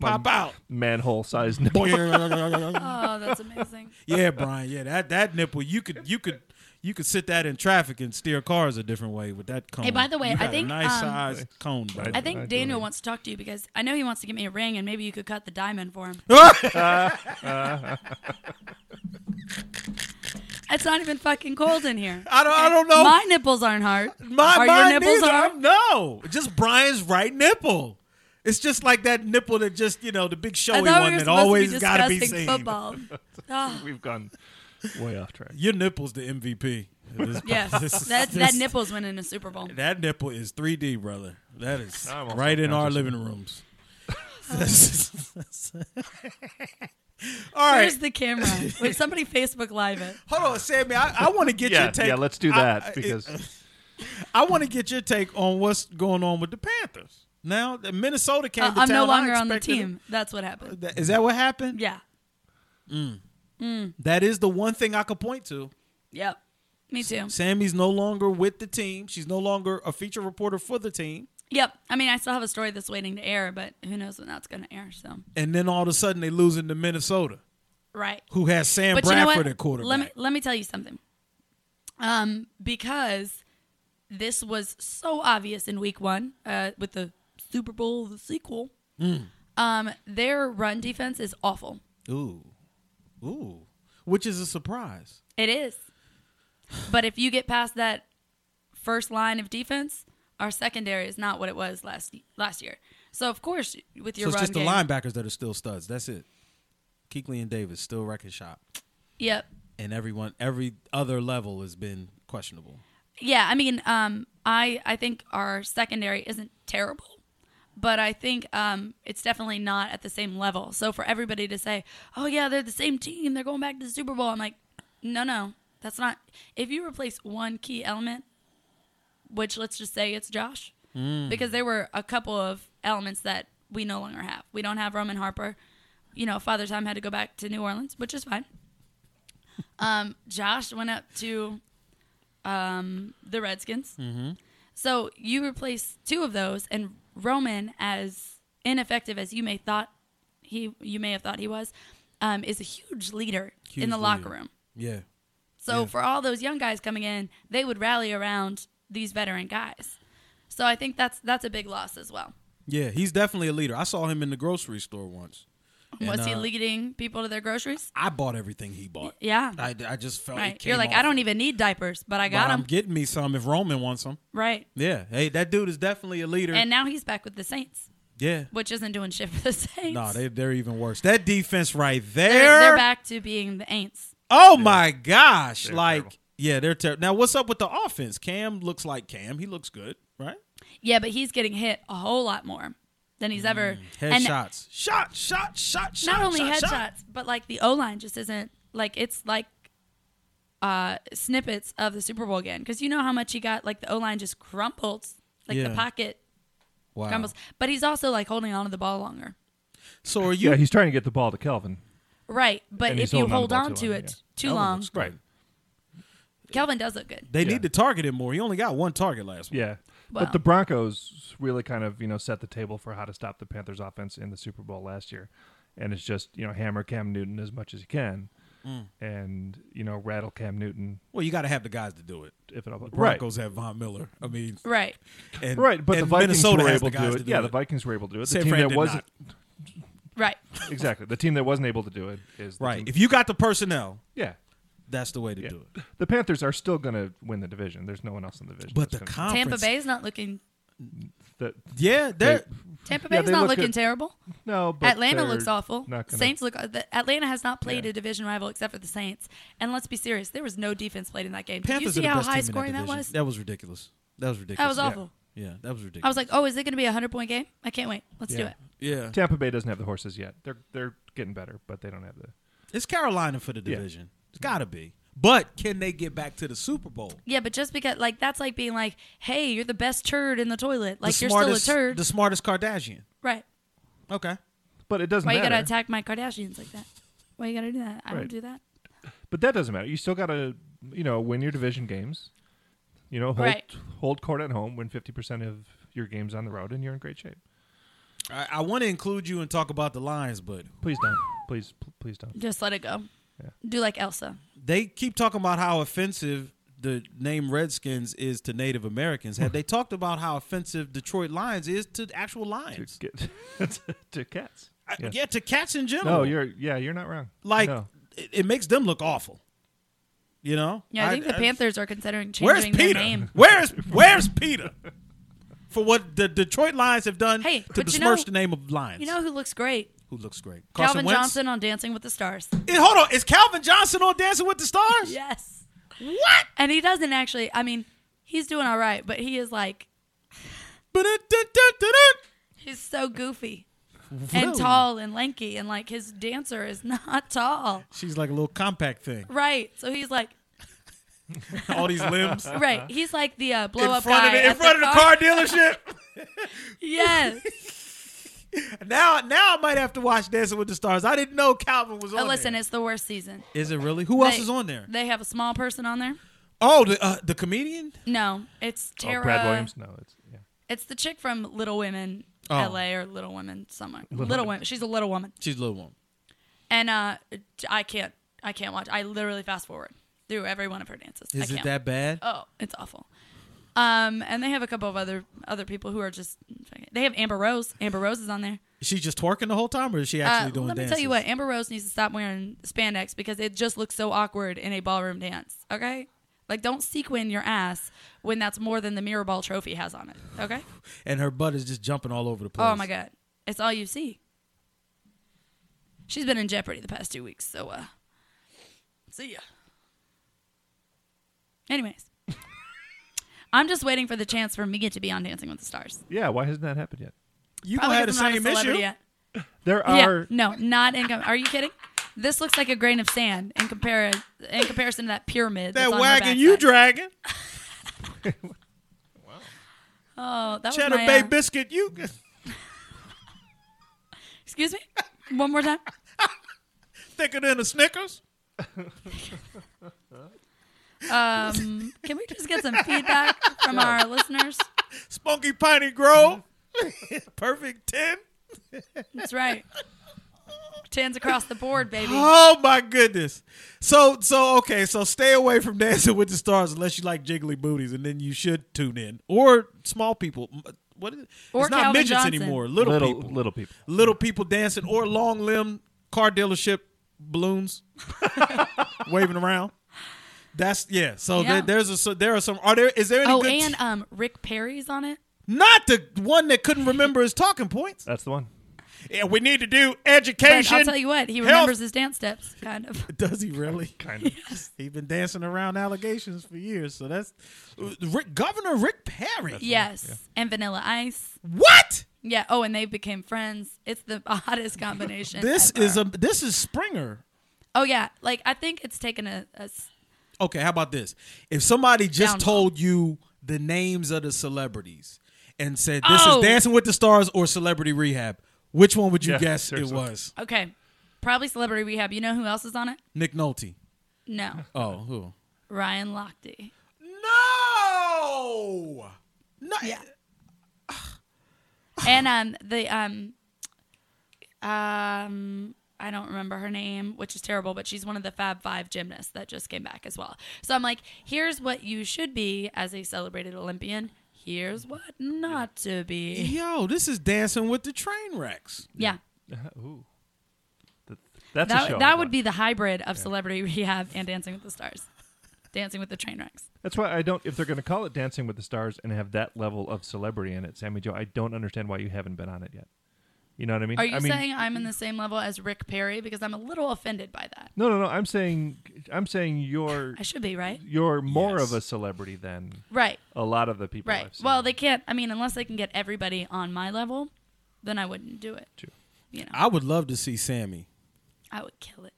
Speaker 4: pop out.
Speaker 3: Manhole sized nipple.
Speaker 4: yeah,
Speaker 2: Oh, that's amazing.
Speaker 4: Brian. Yeah, that that nipple you could you could you could sit that in traffic and steer cars a different way with that cone.
Speaker 2: Hey, by the way,
Speaker 4: You
Speaker 2: I
Speaker 4: got a
Speaker 2: think,
Speaker 4: nice
Speaker 2: um,
Speaker 4: size cone. Bro.
Speaker 2: I think Daniel wants to talk to you because I know he wants to give me a ring, and maybe you could cut the diamond for him. it's not even fucking cold in here.
Speaker 4: I don't- I don't know.
Speaker 2: My nipples aren't hard.
Speaker 4: My,
Speaker 2: are
Speaker 4: mine
Speaker 2: your nipples
Speaker 4: neither.
Speaker 2: hard?
Speaker 4: I'm- No, just Brian's right nipple. It's just like that nipple that just you know the big showy
Speaker 2: I
Speaker 4: one
Speaker 2: thought we were
Speaker 4: that
Speaker 2: supposed
Speaker 4: always
Speaker 2: to be
Speaker 4: got to be
Speaker 2: discussing
Speaker 4: seen.
Speaker 2: football. Ah,
Speaker 3: We've gone way off track.
Speaker 4: Your nipple's the MVP. of this-
Speaker 2: yes,
Speaker 4: this-
Speaker 2: that
Speaker 4: this-
Speaker 2: that nipple's winning a Super Bowl.
Speaker 4: that nipple is 3D, brother. That is
Speaker 3: I'm also
Speaker 4: right in our
Speaker 3: conscious.
Speaker 4: living rooms. All right,
Speaker 2: Where's the camera? Wait, somebody Facebook Live it.
Speaker 4: hold on, Sammy. I, I want to get
Speaker 3: Yeah,
Speaker 4: your take.
Speaker 3: yeah. Let's do
Speaker 4: I-
Speaker 3: that
Speaker 4: I- uh,
Speaker 3: because
Speaker 4: I want to get your take on what's going on with the Panthers. Now, that Minnesota came
Speaker 2: Uh,
Speaker 4: to
Speaker 2: I'm
Speaker 4: town.
Speaker 2: no
Speaker 4: I
Speaker 2: longer on the
Speaker 4: expected-
Speaker 2: team. That's what happened.
Speaker 4: That- Is that what happened?
Speaker 2: Yeah.
Speaker 4: That is the one thing I could point to.
Speaker 2: Yep. Me too.
Speaker 4: Sammy's no longer with the team. She's no longer a feature reporter for the team.
Speaker 2: Yep. I mean, I still have a story that's waiting to air, but who knows when that's going to air? So
Speaker 4: And then all of a sudden they losing to Minnesota,
Speaker 2: right.
Speaker 4: who has Sam
Speaker 2: But you know what?
Speaker 4: Bradford at quarterback.
Speaker 2: Let me let me tell you something. Um, because this was so obvious in week one, uh, with the Super Bowl the sequel.
Speaker 4: Hmm.
Speaker 2: Um, their run defense is awful.
Speaker 4: Ooh. Ooh. Which is a surprise.
Speaker 2: It is. But if you get past that first line of defense, our secondary is not what it was last last year. So of course, with your
Speaker 4: so it's
Speaker 2: run
Speaker 4: just
Speaker 2: game,
Speaker 4: the linebackers that are still studs. That's it. Keekly and Davis still wrecking shop.
Speaker 2: Yep.
Speaker 4: And everyone every other level has been questionable.
Speaker 2: Yeah, I mean, um, I I think our secondary isn't terrible, but I think um, it's definitely not at the same level. So for everybody to say, "Oh yeah, they're the same team, they're going back to the Super Bowl," I'm like, no, no, that's not. If you replace one key element, which let's just say it's Josh,
Speaker 4: Mm.
Speaker 2: because there were a couple of elements that we no longer have. We don't have Roman Harper. You know, Father Time had to go back to New Orleans, which is fine. Um, Josh went up to um, the Redskins.
Speaker 4: Mm-hmm.
Speaker 2: So you replace two of those, and Roman, as ineffective as you may thought he, you may have thought he was, um, is a huge leader
Speaker 4: Huge
Speaker 2: in the locker
Speaker 4: leader.
Speaker 2: room.
Speaker 4: Yeah.
Speaker 2: So for all those young guys coming in, they would rally around these veteran guys. So I think that's that's a big loss as well.
Speaker 4: Yeah, he's definitely a leader. I saw him in the grocery store once.
Speaker 2: Was
Speaker 4: And,
Speaker 2: he
Speaker 4: uh,
Speaker 2: leading people to their groceries?
Speaker 4: I bought everything he bought.
Speaker 2: Yeah.
Speaker 4: I, I just felt it
Speaker 2: right.
Speaker 4: came
Speaker 2: You're like,
Speaker 4: off
Speaker 2: I don't even need diapers, but I got
Speaker 4: but I'm
Speaker 2: them.
Speaker 4: getting me some if Roman wants some.
Speaker 2: Right.
Speaker 4: Yeah. Hey, that dude is definitely a leader.
Speaker 2: And now he's back with the Saints,
Speaker 4: yeah.
Speaker 2: which isn't doing shit for the Saints.
Speaker 4: No, they they're even worse. That defense right there.
Speaker 2: they're, they're back to being the Aints.
Speaker 4: Oh my gosh!
Speaker 3: They're
Speaker 4: like,
Speaker 3: terrible.
Speaker 4: yeah, they're terrible. Now, what's up with the offense? Cam looks like Cam. He looks good, right?
Speaker 2: Yeah, but he's getting hit a whole lot more than he's
Speaker 4: Mm,
Speaker 2: ever. and
Speaker 4: Headshots, shot, shot, shot, shot.
Speaker 2: not only
Speaker 4: shot,
Speaker 2: headshots,
Speaker 4: shot.
Speaker 2: but like the O line just isn't like it's like uh snippets of the Super Bowl again because you know how much he got like the O line just crumpled like
Speaker 4: Yeah.
Speaker 2: the pocket
Speaker 4: Wow.
Speaker 2: crumbles, but he's also like holding on to the ball longer.
Speaker 4: So are you?
Speaker 3: yeah, he's trying to get the ball to Kelvin.
Speaker 2: Right, but
Speaker 3: And he's
Speaker 2: if you
Speaker 3: holding on to
Speaker 2: hold
Speaker 3: the ball
Speaker 2: on
Speaker 3: too
Speaker 2: to
Speaker 3: long,
Speaker 2: it
Speaker 3: yeah.
Speaker 2: too
Speaker 4: That one
Speaker 2: long,
Speaker 4: looks good.
Speaker 2: Kelvin does look good.
Speaker 4: They
Speaker 3: Yeah.
Speaker 4: need to target him more. He only got one target last week.
Speaker 3: Yeah.
Speaker 2: Well.
Speaker 3: But the Broncos really kind of, you know, set the table for how to stop the Panthers offense in the Super Bowl last year. and it's just you know hammer Cam Newton as much as you can,
Speaker 4: Mm.
Speaker 3: and you know rattle Cam Newton
Speaker 4: Well, you got to have the guys to do it.
Speaker 3: if it all right.
Speaker 4: Broncos have Von Miller. I mean,
Speaker 2: Right.
Speaker 4: and,
Speaker 3: Right, but
Speaker 4: and
Speaker 3: the Vikings
Speaker 4: Minnesota
Speaker 3: were
Speaker 4: has
Speaker 3: able
Speaker 4: the
Speaker 3: to
Speaker 4: guys
Speaker 3: do it.
Speaker 4: to do
Speaker 3: yeah,
Speaker 4: it.
Speaker 3: the Vikings were able to do it.
Speaker 4: San
Speaker 3: the team
Speaker 4: Fran
Speaker 3: that
Speaker 4: did
Speaker 3: wasn't
Speaker 2: Right.
Speaker 3: exactly the team that wasn't able to do it is the
Speaker 4: Right.
Speaker 3: team-
Speaker 4: If you got the personnel,
Speaker 3: yeah,
Speaker 4: that's the way to
Speaker 3: yeah.
Speaker 4: do it.
Speaker 3: The Panthers are still going to win the division. There's no one else in the division.
Speaker 4: But the
Speaker 3: that's gonna-
Speaker 2: Tampa
Speaker 4: conference,
Speaker 2: Bay's not looking.
Speaker 3: that-
Speaker 4: yeah, they're
Speaker 2: Tampa
Speaker 3: Yeah,
Speaker 2: Bay's
Speaker 3: they
Speaker 2: not
Speaker 3: look
Speaker 2: looking
Speaker 3: good.
Speaker 2: terrible.
Speaker 3: no, but
Speaker 2: Atlanta
Speaker 3: they're
Speaker 2: looks awful.
Speaker 3: Not gonna,
Speaker 2: Saints look. The, Atlanta has not played
Speaker 3: Yeah.
Speaker 2: a division rival except for the Saints. And let's be serious, there was no defense played in that game.
Speaker 4: Panthers
Speaker 2: Did you see
Speaker 4: are the
Speaker 2: how
Speaker 4: best
Speaker 2: high
Speaker 4: team in
Speaker 2: scoring that,
Speaker 4: division.
Speaker 2: was?
Speaker 4: That was ridiculous. That was ridiculous.
Speaker 2: That was awful.
Speaker 4: Yeah, that was ridiculous.
Speaker 2: I was like, oh, is it going to be a hundred point game? I can't wait. Let's do
Speaker 3: Yeah.
Speaker 2: it.
Speaker 4: yeah,
Speaker 3: Tampa Bay doesn't have the horses yet. They're they're getting better, but they don't have the.
Speaker 4: it's Carolina for the
Speaker 3: Yeah.
Speaker 4: division. It's got to be. But can they get back to the Super Bowl?
Speaker 2: Yeah, but just because like that's like being like, hey, you're the best turd in the toilet. Like
Speaker 4: the
Speaker 2: you're
Speaker 4: smartest,
Speaker 2: still a turd,
Speaker 4: The smartest Kardashian.
Speaker 2: right?
Speaker 4: Okay.
Speaker 3: But it doesn't
Speaker 2: Why you
Speaker 3: matter.
Speaker 2: gotta attack my Kardashians like that? Why you gotta do that? I
Speaker 3: Right.
Speaker 2: don't do that.
Speaker 3: but that doesn't matter. You still got to you know win your division games. You know, hold
Speaker 2: Right.
Speaker 3: hold court at home, win fifty percent of your games on the road, and you're in great shape.
Speaker 4: I, I want to include you and talk about the Lions, but
Speaker 3: Please don't. Please, pl- please don't.
Speaker 2: Just let it go.
Speaker 3: Yeah.
Speaker 2: Do like Elsa.
Speaker 4: they keep talking about how offensive the name Redskins is to Native Americans. Have they talked about how offensive Detroit Lions is to actual
Speaker 3: To
Speaker 4: lions?
Speaker 3: get to cats.
Speaker 4: I-
Speaker 3: Yeah.
Speaker 4: yeah. to cats in
Speaker 2: Oh.
Speaker 4: general.
Speaker 3: No, you're yeah, you're not wrong.
Speaker 4: like
Speaker 3: No.
Speaker 4: it, it makes them look awful. You know?
Speaker 2: Yeah, I, think the Panthers are considering
Speaker 4: Where's
Speaker 2: changing their
Speaker 4: Peter?
Speaker 2: name.
Speaker 4: Where's Where's Peter? For what the Detroit Lions have done
Speaker 2: Hey,
Speaker 4: to
Speaker 2: but you
Speaker 4: besmirch
Speaker 2: know-
Speaker 4: the name of Lions,
Speaker 2: You know who looks great?
Speaker 4: who looks great,
Speaker 2: Calvin
Speaker 4: Wentz?
Speaker 2: Johnson on Dancing with the Stars.
Speaker 4: Eh, hold on, is Calvin Johnson on Dancing with the Stars?
Speaker 2: Yes. What? And he doesn't actually. I mean, he's doing all right, but he is like
Speaker 4: Ba-da-da-da-da-da.
Speaker 2: he's so goofy and tall and lanky, and like his dancer is not tall.
Speaker 4: She's like a little compact thing.
Speaker 2: Right. So he's like
Speaker 4: All these limbs.
Speaker 2: right. He's like the uh, blow
Speaker 4: Uh-huh. in
Speaker 2: up
Speaker 4: front
Speaker 2: guy
Speaker 4: of the, in
Speaker 2: at
Speaker 4: front of the car dealership.
Speaker 2: Yes.
Speaker 4: now, now I might have to watch Dancing with the Stars. I didn't know Calvin was on.
Speaker 2: But Uh, listen,
Speaker 4: there.
Speaker 2: it's the worst season.
Speaker 4: is it really? Who else
Speaker 2: They-
Speaker 4: is on there?
Speaker 2: They have a small person on there.
Speaker 4: Oh, the uh, the comedian.
Speaker 2: No, it's
Speaker 3: Oh,
Speaker 2: Tara.
Speaker 3: Brad Williams. No, it's yeah.
Speaker 2: It's the chick from Little Women,
Speaker 4: Oh.
Speaker 2: L.A. or Little Women somewhere. Little, Women. She's a little woman,
Speaker 4: She's a little one.
Speaker 2: and uh, I can't. I can't watch. I literally fast forward through every one of her dances. I
Speaker 4: Is it
Speaker 2: can't.
Speaker 4: that bad?
Speaker 2: Oh, it's awful. Um, and they have a couple of other other people who are just. They have Amber Rose. Amber Rose is on there.
Speaker 4: Is she just twerking the whole time, or is she
Speaker 2: Uh,
Speaker 4: actually doing
Speaker 2: let me
Speaker 4: dances?
Speaker 2: tell you what, Amber Rose needs to stop wearing spandex because it just looks so awkward in a ballroom dance. Okay, like don't sequin your ass when that's more than the mirror ball trophy has on it. Okay.
Speaker 4: And her butt is just jumping all over the place.
Speaker 2: Oh my god, it's all you see. She's been in Jeopardy the past two weeks, so uh, see ya. Anyways, I'm just waiting for the chance for Mia to be on Dancing with the Stars.
Speaker 3: Yeah, why hasn't that happened yet?
Speaker 4: You
Speaker 2: Probably
Speaker 4: had the
Speaker 2: 'cause I'm not a
Speaker 4: same
Speaker 2: celebrity
Speaker 4: issue.
Speaker 2: yet.
Speaker 3: There
Speaker 2: Yeah,
Speaker 3: are
Speaker 2: no, not income. Are you kidding? This looks like a grain of sand in compare in comparison to that pyramid.
Speaker 4: That
Speaker 2: that's on her
Speaker 4: wagon you
Speaker 2: backside.
Speaker 4: dragging,
Speaker 2: Oh, that
Speaker 4: cheddar
Speaker 2: was my,
Speaker 4: bay
Speaker 2: uh,
Speaker 4: biscuit. You
Speaker 2: Excuse me, one more time.
Speaker 4: thicker than a Snickers.
Speaker 2: Um, can we just get some feedback from our listeners?
Speaker 4: Spunky Piney Grove. Perfect ten.
Speaker 2: That's right. Tens across the board, baby.
Speaker 4: Oh my goodness. So so okay, so stay away from Dancing with the Stars unless you like jiggly booties and then you should tune in. Or small people. M- What is it?
Speaker 2: Or
Speaker 4: it's not
Speaker 2: Calvin
Speaker 4: midgets
Speaker 2: Johnson.
Speaker 4: anymore. Little,
Speaker 3: little
Speaker 4: people.
Speaker 3: little people.
Speaker 4: Little people dancing or long limb car dealership balloons waving around. That's yeah. So
Speaker 2: Yeah.
Speaker 4: There, there's a so there are some are there is there any
Speaker 2: Oh,
Speaker 4: good
Speaker 2: and um, Rick Perry's on it.
Speaker 4: not the one that couldn't remember his talking points.
Speaker 3: That's the one.
Speaker 4: Yeah, we need to do
Speaker 2: But
Speaker 4: education.
Speaker 2: I'll tell you what, he
Speaker 4: health.
Speaker 2: remembers his dance steps, kind of.
Speaker 4: Does he really?
Speaker 3: Kind of.
Speaker 4: He's been dancing around allegations for years, so that's uh, Rick, Governor Rick Perry.
Speaker 2: Yes, and Vanilla Ice.
Speaker 4: What?
Speaker 2: Yeah. Oh, and they became friends. It's the oddest combination.
Speaker 4: This
Speaker 2: ever.
Speaker 4: is a this is Springer.
Speaker 2: Oh yeah, like I think it's taken a. a s-
Speaker 4: Okay, how about this? If somebody just
Speaker 2: Downfall.
Speaker 4: told you the names of the celebrities and said this
Speaker 2: Oh.
Speaker 4: is Dancing with the Stars or Celebrity Rehab, which one would you
Speaker 3: Yeah,
Speaker 4: guess
Speaker 3: seriously.
Speaker 4: it was?
Speaker 2: okay, probably Celebrity Rehab. You know who else is on it?
Speaker 4: Nick Nolte.
Speaker 2: No,
Speaker 4: Oh, who?
Speaker 2: Ryan Lochte.
Speaker 4: No. No.
Speaker 2: And um, the um, Um, I don't remember her name, which is terrible, but she's one of the Fab Five gymnasts that just came back as well. So I'm like, here's what you should be as a celebrated Olympian. Here's what not to be.
Speaker 4: Yo, this is dancing with the train wrecks.
Speaker 2: Yeah.
Speaker 3: Uh, Ooh. That, that's a show.
Speaker 2: That,
Speaker 3: I
Speaker 2: that would
Speaker 3: thought.
Speaker 2: be the hybrid of Celebrity Rehab and Dancing with the Stars. Dancing with the Train Wrecks.
Speaker 3: That's why I don't. If they're going to call it Dancing with the Stars and have that level of celebrity in it, Sammy Joe, I don't understand why you haven't been on it yet. You know what I mean?
Speaker 2: Are you
Speaker 3: I mean,
Speaker 2: saying I'm in the same level as Rick Perry? Because I'm a little offended by that.
Speaker 3: No, no, no. I'm saying, I'm saying you're
Speaker 2: I should be, right?
Speaker 3: you're more
Speaker 4: Yes.
Speaker 3: of a celebrity than
Speaker 2: Right.
Speaker 3: a lot of the people.
Speaker 2: Right.
Speaker 3: I've seen.
Speaker 2: Well, they can't. I mean, unless they can get everybody on my level, then I wouldn't do it.
Speaker 3: True.
Speaker 2: You know,
Speaker 4: I would love to see Sammy.
Speaker 2: I would kill it.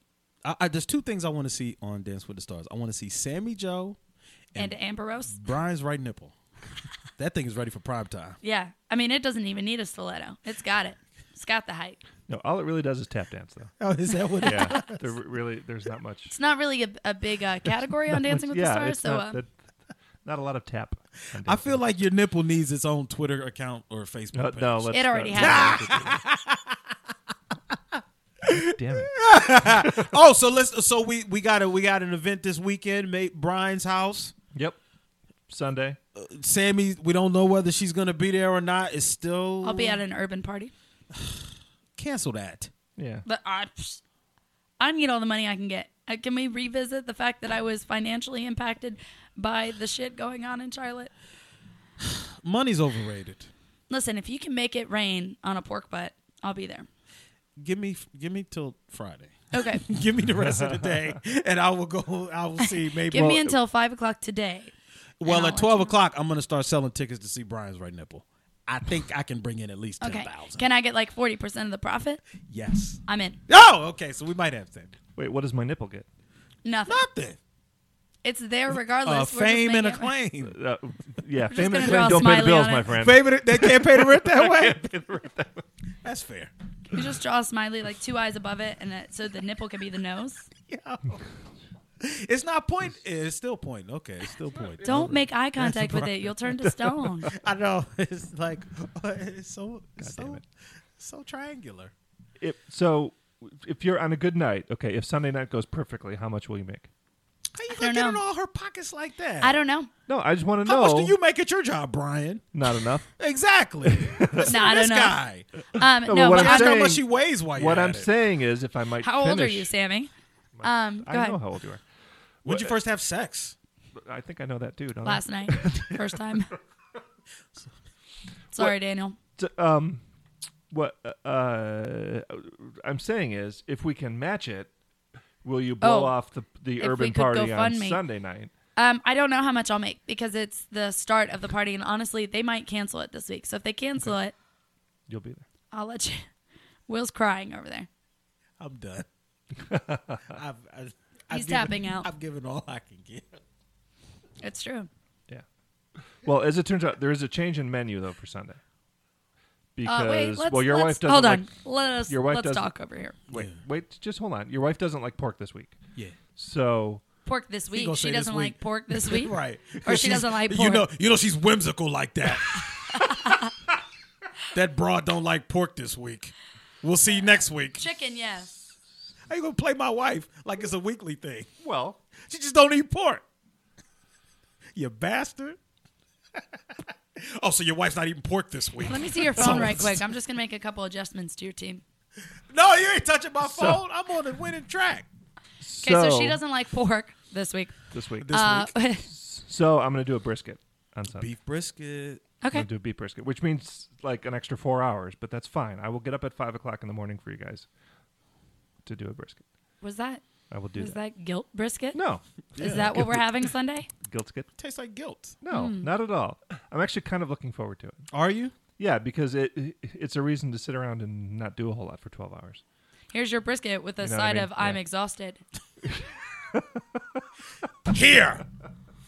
Speaker 4: I, I, there's two things I want to see on Dance with the Stars. I want to see Sammy Joe
Speaker 2: And,
Speaker 4: and,
Speaker 2: Amber Rose.
Speaker 4: Brian's right nipple. that thing is ready for prime time.
Speaker 2: Yeah. I mean, it doesn't even need a stiletto. It's got it. It's got the height.
Speaker 3: no, all it really does is tap dance, though.
Speaker 4: Oh, is that what?
Speaker 3: Yeah, there re- really, there's not much.
Speaker 2: It's not really a, a big uh, category on Dancing with
Speaker 3: yeah,
Speaker 2: the Stars.
Speaker 3: it's
Speaker 2: So,
Speaker 3: not,
Speaker 2: uh,
Speaker 3: that- not a lot of tap. on
Speaker 4: I
Speaker 3: Dancing
Speaker 4: feel like your nipple needs its own Twitter account or Facebook.
Speaker 3: No,
Speaker 4: page.
Speaker 3: Uh, no let's,
Speaker 2: It already
Speaker 3: Damn it!
Speaker 4: Oh, so let's. So we we got a we got an event this weekend. Mate, Brian's house.
Speaker 3: Yep. Sunday.
Speaker 4: Sammy, we don't know whether she's gonna be there or not. It's still.
Speaker 2: I'll be at an urban party.
Speaker 4: Cancel that.
Speaker 3: Yeah.
Speaker 2: But I, psh, I need all the money I can get. Uh, can we revisit the fact that I was financially impacted by the shit going on in Charlotte?
Speaker 4: Money's overrated.
Speaker 2: Listen, if you can make it rain on a pork butt, I'll be there.
Speaker 4: Give me give me till Friday.
Speaker 2: Okay.
Speaker 4: Give me the rest of the day, and I will go. I will see. Maybe.
Speaker 2: Give me until five o'clock today.
Speaker 4: well,
Speaker 2: I'll
Speaker 4: at
Speaker 2: let
Speaker 4: twelve
Speaker 2: you
Speaker 4: o'clock, I'm gonna start selling tickets to see Brian's right nipple. I think I can bring in at least ten
Speaker 2: Okay.
Speaker 4: thousand.
Speaker 2: Can I get like forty percent of the profit?
Speaker 4: Yes.
Speaker 2: I'm in.
Speaker 4: Oh, okay. So we might have ten.
Speaker 3: Wait, what does my nipple get?
Speaker 2: Nothing.
Speaker 4: Nothing.
Speaker 2: It's there
Speaker 4: Uh,
Speaker 2: regardless. We're just
Speaker 4: fame and
Speaker 2: making it-
Speaker 4: acclaim.
Speaker 3: Uh, yeah, fame
Speaker 2: gonna
Speaker 3: and
Speaker 2: draw
Speaker 3: fame
Speaker 2: a
Speaker 3: don't pay the
Speaker 2: smiley
Speaker 3: bills,
Speaker 2: on
Speaker 3: my
Speaker 2: it.
Speaker 3: friend.
Speaker 4: Favorite, they can't pay the rent that way. That's fair.
Speaker 2: You just draw a smiley like two eyes above it, and that, so the nipple can be the nose.
Speaker 4: It's not point. It's still point. Okay, it's still point.
Speaker 2: Don't make eye contact with it. You'll turn to stone.
Speaker 4: I know. It's like it's so it's
Speaker 3: damn
Speaker 4: so
Speaker 3: it.
Speaker 4: so triangular.
Speaker 3: If, so, if you're on a good night, okay, if Sunday night goes perfectly, how much will you make?
Speaker 4: How you
Speaker 2: don't
Speaker 4: gonna get in
Speaker 2: know.
Speaker 4: all her pockets like that?
Speaker 2: I don't know.
Speaker 3: No, I just want to
Speaker 4: How
Speaker 3: know.
Speaker 4: much do you make at your job, Brian?
Speaker 3: Not enough.
Speaker 4: Exactly. Listen
Speaker 2: No,
Speaker 4: to
Speaker 2: I
Speaker 4: this
Speaker 2: don't know.
Speaker 4: guy.
Speaker 2: Um, no,
Speaker 3: what
Speaker 2: but
Speaker 3: I'm
Speaker 2: I-
Speaker 4: Ask how much
Speaker 3: saying-
Speaker 4: she weighs while you're
Speaker 3: what
Speaker 4: at
Speaker 3: I'm
Speaker 4: it.
Speaker 3: saying is, if I might.
Speaker 2: how old are
Speaker 3: finish-
Speaker 2: you, Sammy? Um, go
Speaker 3: I
Speaker 2: ahead.
Speaker 3: know how old you are.
Speaker 4: When'd you first have sex?
Speaker 3: I think I know that too. Don't I?
Speaker 2: Last night, first time. Sorry, Daniel.
Speaker 3: t- um, what uh, I'm saying is, if we can match it, will you blow
Speaker 2: Oh,
Speaker 3: off the the
Speaker 2: if we
Speaker 3: urban
Speaker 2: could
Speaker 3: party on
Speaker 2: GoFundMe.
Speaker 3: Sunday night?
Speaker 2: Um, I don't know how much I'll make because it's the start of the party, and honestly, they might cancel it this week. So if they cancel it,
Speaker 3: You'll be there.
Speaker 2: I'll let you. Will's crying over there.
Speaker 4: I'm done. I've, I, He's
Speaker 2: He's tapping out.
Speaker 4: I've given all I can give.
Speaker 2: It's true.
Speaker 3: Yeah. Well, as it turns out, there is a change in menu though for Sunday. Because
Speaker 2: Uh, wait, let's,
Speaker 3: well, your
Speaker 2: let's,
Speaker 3: wife doesn't
Speaker 2: hold on.
Speaker 3: like-
Speaker 2: let us
Speaker 3: your wife
Speaker 2: let's
Speaker 3: doesn't-
Speaker 2: talk over here.
Speaker 3: wait, wait, just hold on. Your wife doesn't like pork this week,
Speaker 4: Yeah.
Speaker 3: so
Speaker 2: Pork this week.
Speaker 4: gonna say
Speaker 2: She
Speaker 4: this
Speaker 2: doesn't
Speaker 4: week.
Speaker 2: like pork this week.
Speaker 4: Right.
Speaker 2: Or she
Speaker 4: She's-
Speaker 2: doesn't like pork.
Speaker 4: You know, you know she's whimsical like that. that broad don't like pork this week. We'll see you next week.
Speaker 2: Chicken, yes.
Speaker 4: How you gonna play my wife like it's a weekly thing?
Speaker 3: well,
Speaker 4: She just don't eat pork. You bastard. oh, so your wife's not eating pork this week?
Speaker 2: Let me see your phone right quick. I'm just gonna make a couple adjustments to your team.
Speaker 4: No, you ain't touching my phone. I'm on the winning track.
Speaker 2: Okay, so, she doesn't like pork this week.
Speaker 3: this week.
Speaker 4: This
Speaker 2: Uh,
Speaker 4: week,
Speaker 3: so I'm gonna do a brisket on Sunday.
Speaker 4: beef brisket.
Speaker 3: I'm
Speaker 2: okay.
Speaker 3: gonna do a beef brisket, which means like an extra four hours, but that's fine. I will get up at five o'clock in the morning for you guys to do a brisket.
Speaker 2: Was that
Speaker 3: I will do
Speaker 2: was
Speaker 3: that.
Speaker 2: that guilt brisket?
Speaker 3: No,
Speaker 2: Is that what we're having Sunday?
Speaker 3: guilt's good.
Speaker 4: Tastes like guilt.
Speaker 3: No,
Speaker 2: Hmm.
Speaker 3: not at all. I'm actually kind of looking forward to it.
Speaker 4: Are you?
Speaker 3: Yeah, because it it's a reason to sit around and not do a whole lot for 12 hours.
Speaker 2: Here's your brisket with a
Speaker 3: know what I
Speaker 2: side
Speaker 3: mean?
Speaker 2: of I'm
Speaker 3: Yeah.
Speaker 2: exhausted.
Speaker 4: Here.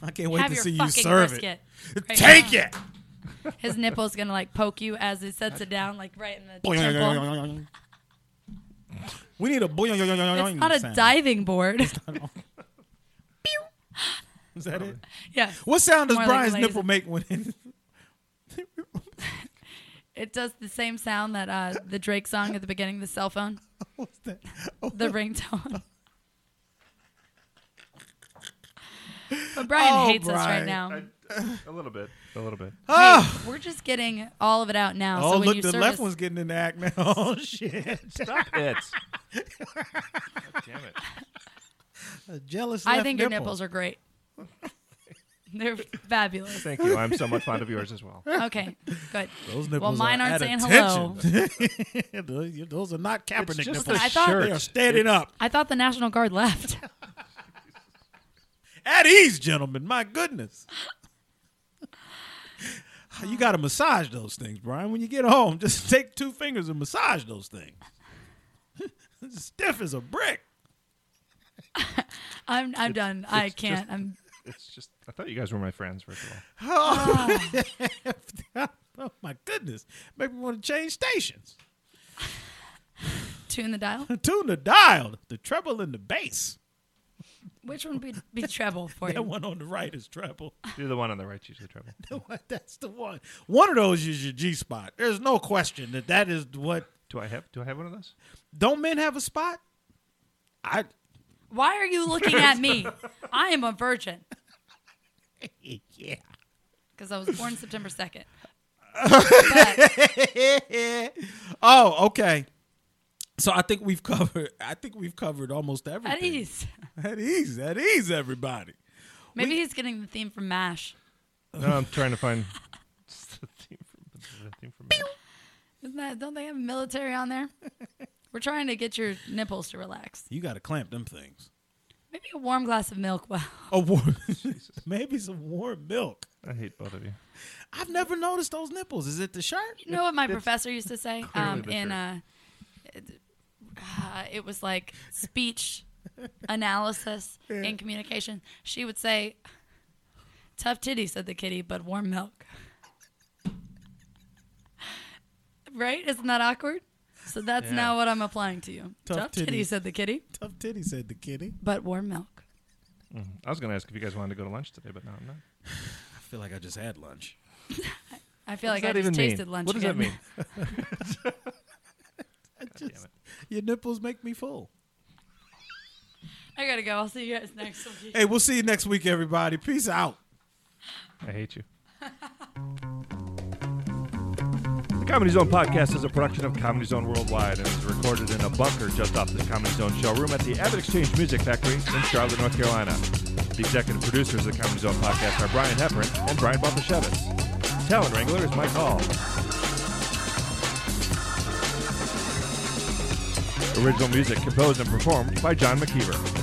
Speaker 4: I can't wait
Speaker 2: Have
Speaker 4: to
Speaker 2: your
Speaker 4: see you
Speaker 2: fucking
Speaker 4: serve
Speaker 2: brisket.
Speaker 4: it.
Speaker 2: right
Speaker 4: Take
Speaker 2: now.
Speaker 4: it.
Speaker 2: His nipple's gonna like poke you as he sets it down, like right in the temple.
Speaker 4: We need a boing.
Speaker 2: It's not a diving board.
Speaker 4: Is that it?
Speaker 2: yeah.
Speaker 4: What sound does
Speaker 2: More like
Speaker 4: Brian's
Speaker 2: laser.
Speaker 4: nipple make when? It,
Speaker 2: It does the same sound that uh, the Drake song at the beginning, the cell phone. Oh, The ringtone. but Brian
Speaker 4: Oh,
Speaker 2: hates us right
Speaker 4: Brian. Ah!
Speaker 2: now.
Speaker 3: A little bit. A little bit.
Speaker 2: Hey, we're just getting all of it out now.
Speaker 4: Oh,
Speaker 2: so when
Speaker 4: look,
Speaker 2: you
Speaker 4: the
Speaker 2: service,
Speaker 4: left one's getting in the act now. Oh, shit.
Speaker 3: Stop it. God damn it.
Speaker 4: A jealous
Speaker 2: I
Speaker 4: left
Speaker 2: think your nipples are great. They're fabulous.
Speaker 3: Thank you. I'm somewhat fond of yours as well.
Speaker 2: Okay, good.
Speaker 4: Those nipples
Speaker 2: well, mine
Speaker 4: are
Speaker 2: aren't
Speaker 4: at
Speaker 2: saying hello.
Speaker 4: hello. those, those are not Kaepernick
Speaker 3: It's just
Speaker 4: nipples.
Speaker 3: the
Speaker 2: I thought-
Speaker 3: shirt.
Speaker 4: They are standing up.
Speaker 2: I thought the National Guard left.
Speaker 4: At ease, gentlemen. My goodness. you got to massage those things, Brian. When you get home, just take two fingers and massage those things. Stiff as a brick.
Speaker 2: I'm I'm done. I can't. I'm
Speaker 3: It's just. I thought you guys were my friends, first of all.
Speaker 4: Oh, my goodness. Make me want to change stations.
Speaker 2: tune the dial.
Speaker 4: Tune the dial, the treble and the bass.
Speaker 2: Which one would be treble for
Speaker 4: That
Speaker 2: you?
Speaker 4: one on the right is treble.
Speaker 3: Do the one on the right, usually trouble.
Speaker 4: That's the one. One of those is your G spot. There's no question that that is what.
Speaker 3: Do I have? Do I have one of those?
Speaker 4: Don't men have a spot? I.
Speaker 2: Why are you looking at me? I am a virgin
Speaker 4: Yeah.
Speaker 2: because I was born September second.
Speaker 4: oh, okay. So I think we've covered. I think we've covered almost everything.
Speaker 2: At ease.
Speaker 4: At ease. At ease. Everybody.
Speaker 2: Maybe he's getting the theme from Mash.
Speaker 3: No, I'm trying to find the theme from. The theme from
Speaker 2: Isn't that? Don't they have military on there? We're trying to get your nipples to relax.
Speaker 4: You got to clamp them things.
Speaker 2: Maybe a warm glass of milk. Wow.
Speaker 4: A warm, maybe some warm milk.
Speaker 3: I hate both of you.
Speaker 4: I've never noticed those nipples. Is it the shirt?
Speaker 2: You know what my professor used to say
Speaker 3: clearly
Speaker 2: um,
Speaker 3: the
Speaker 2: in uh,
Speaker 3: shirt.
Speaker 2: it- uh, it was like speech analysis and communication. She would say, "Tough titty," said the kitty, "but warm milk." Right? Isn't that awkward? So that's now what I'm applying to you.
Speaker 4: Tough
Speaker 2: Tough, titty,
Speaker 4: titty.
Speaker 2: said the kitty,
Speaker 4: Tough titty, said the kitty.
Speaker 2: but warm milk.
Speaker 3: I was going to ask if you guys wanted to go to lunch today, but no, I'm not.
Speaker 4: I feel like I just had lunch.
Speaker 2: I feel
Speaker 3: What
Speaker 2: like I
Speaker 3: does that
Speaker 2: just
Speaker 3: even mean?
Speaker 2: tasted lunch.
Speaker 3: What does
Speaker 2: again.
Speaker 3: that mean?
Speaker 4: I just, your nipples make me full.
Speaker 2: I gotta go. I'll see you guys next week.
Speaker 4: Hey, we'll see you next week, everybody. Peace out.
Speaker 3: I hate you. the Comedy Zone podcast is a production of Comedy Zone Worldwide and is recorded in a bunker just off the Comedy Zone showroom at the Abbott Exchange Music Factory in Charlotte, North Carolina. The executive producers of the Comedy Zone podcast are Brian Heffern and Brian Bontashevitz. Talent Wrangler is Mike Hall. Original music composed and performed by John McKeever.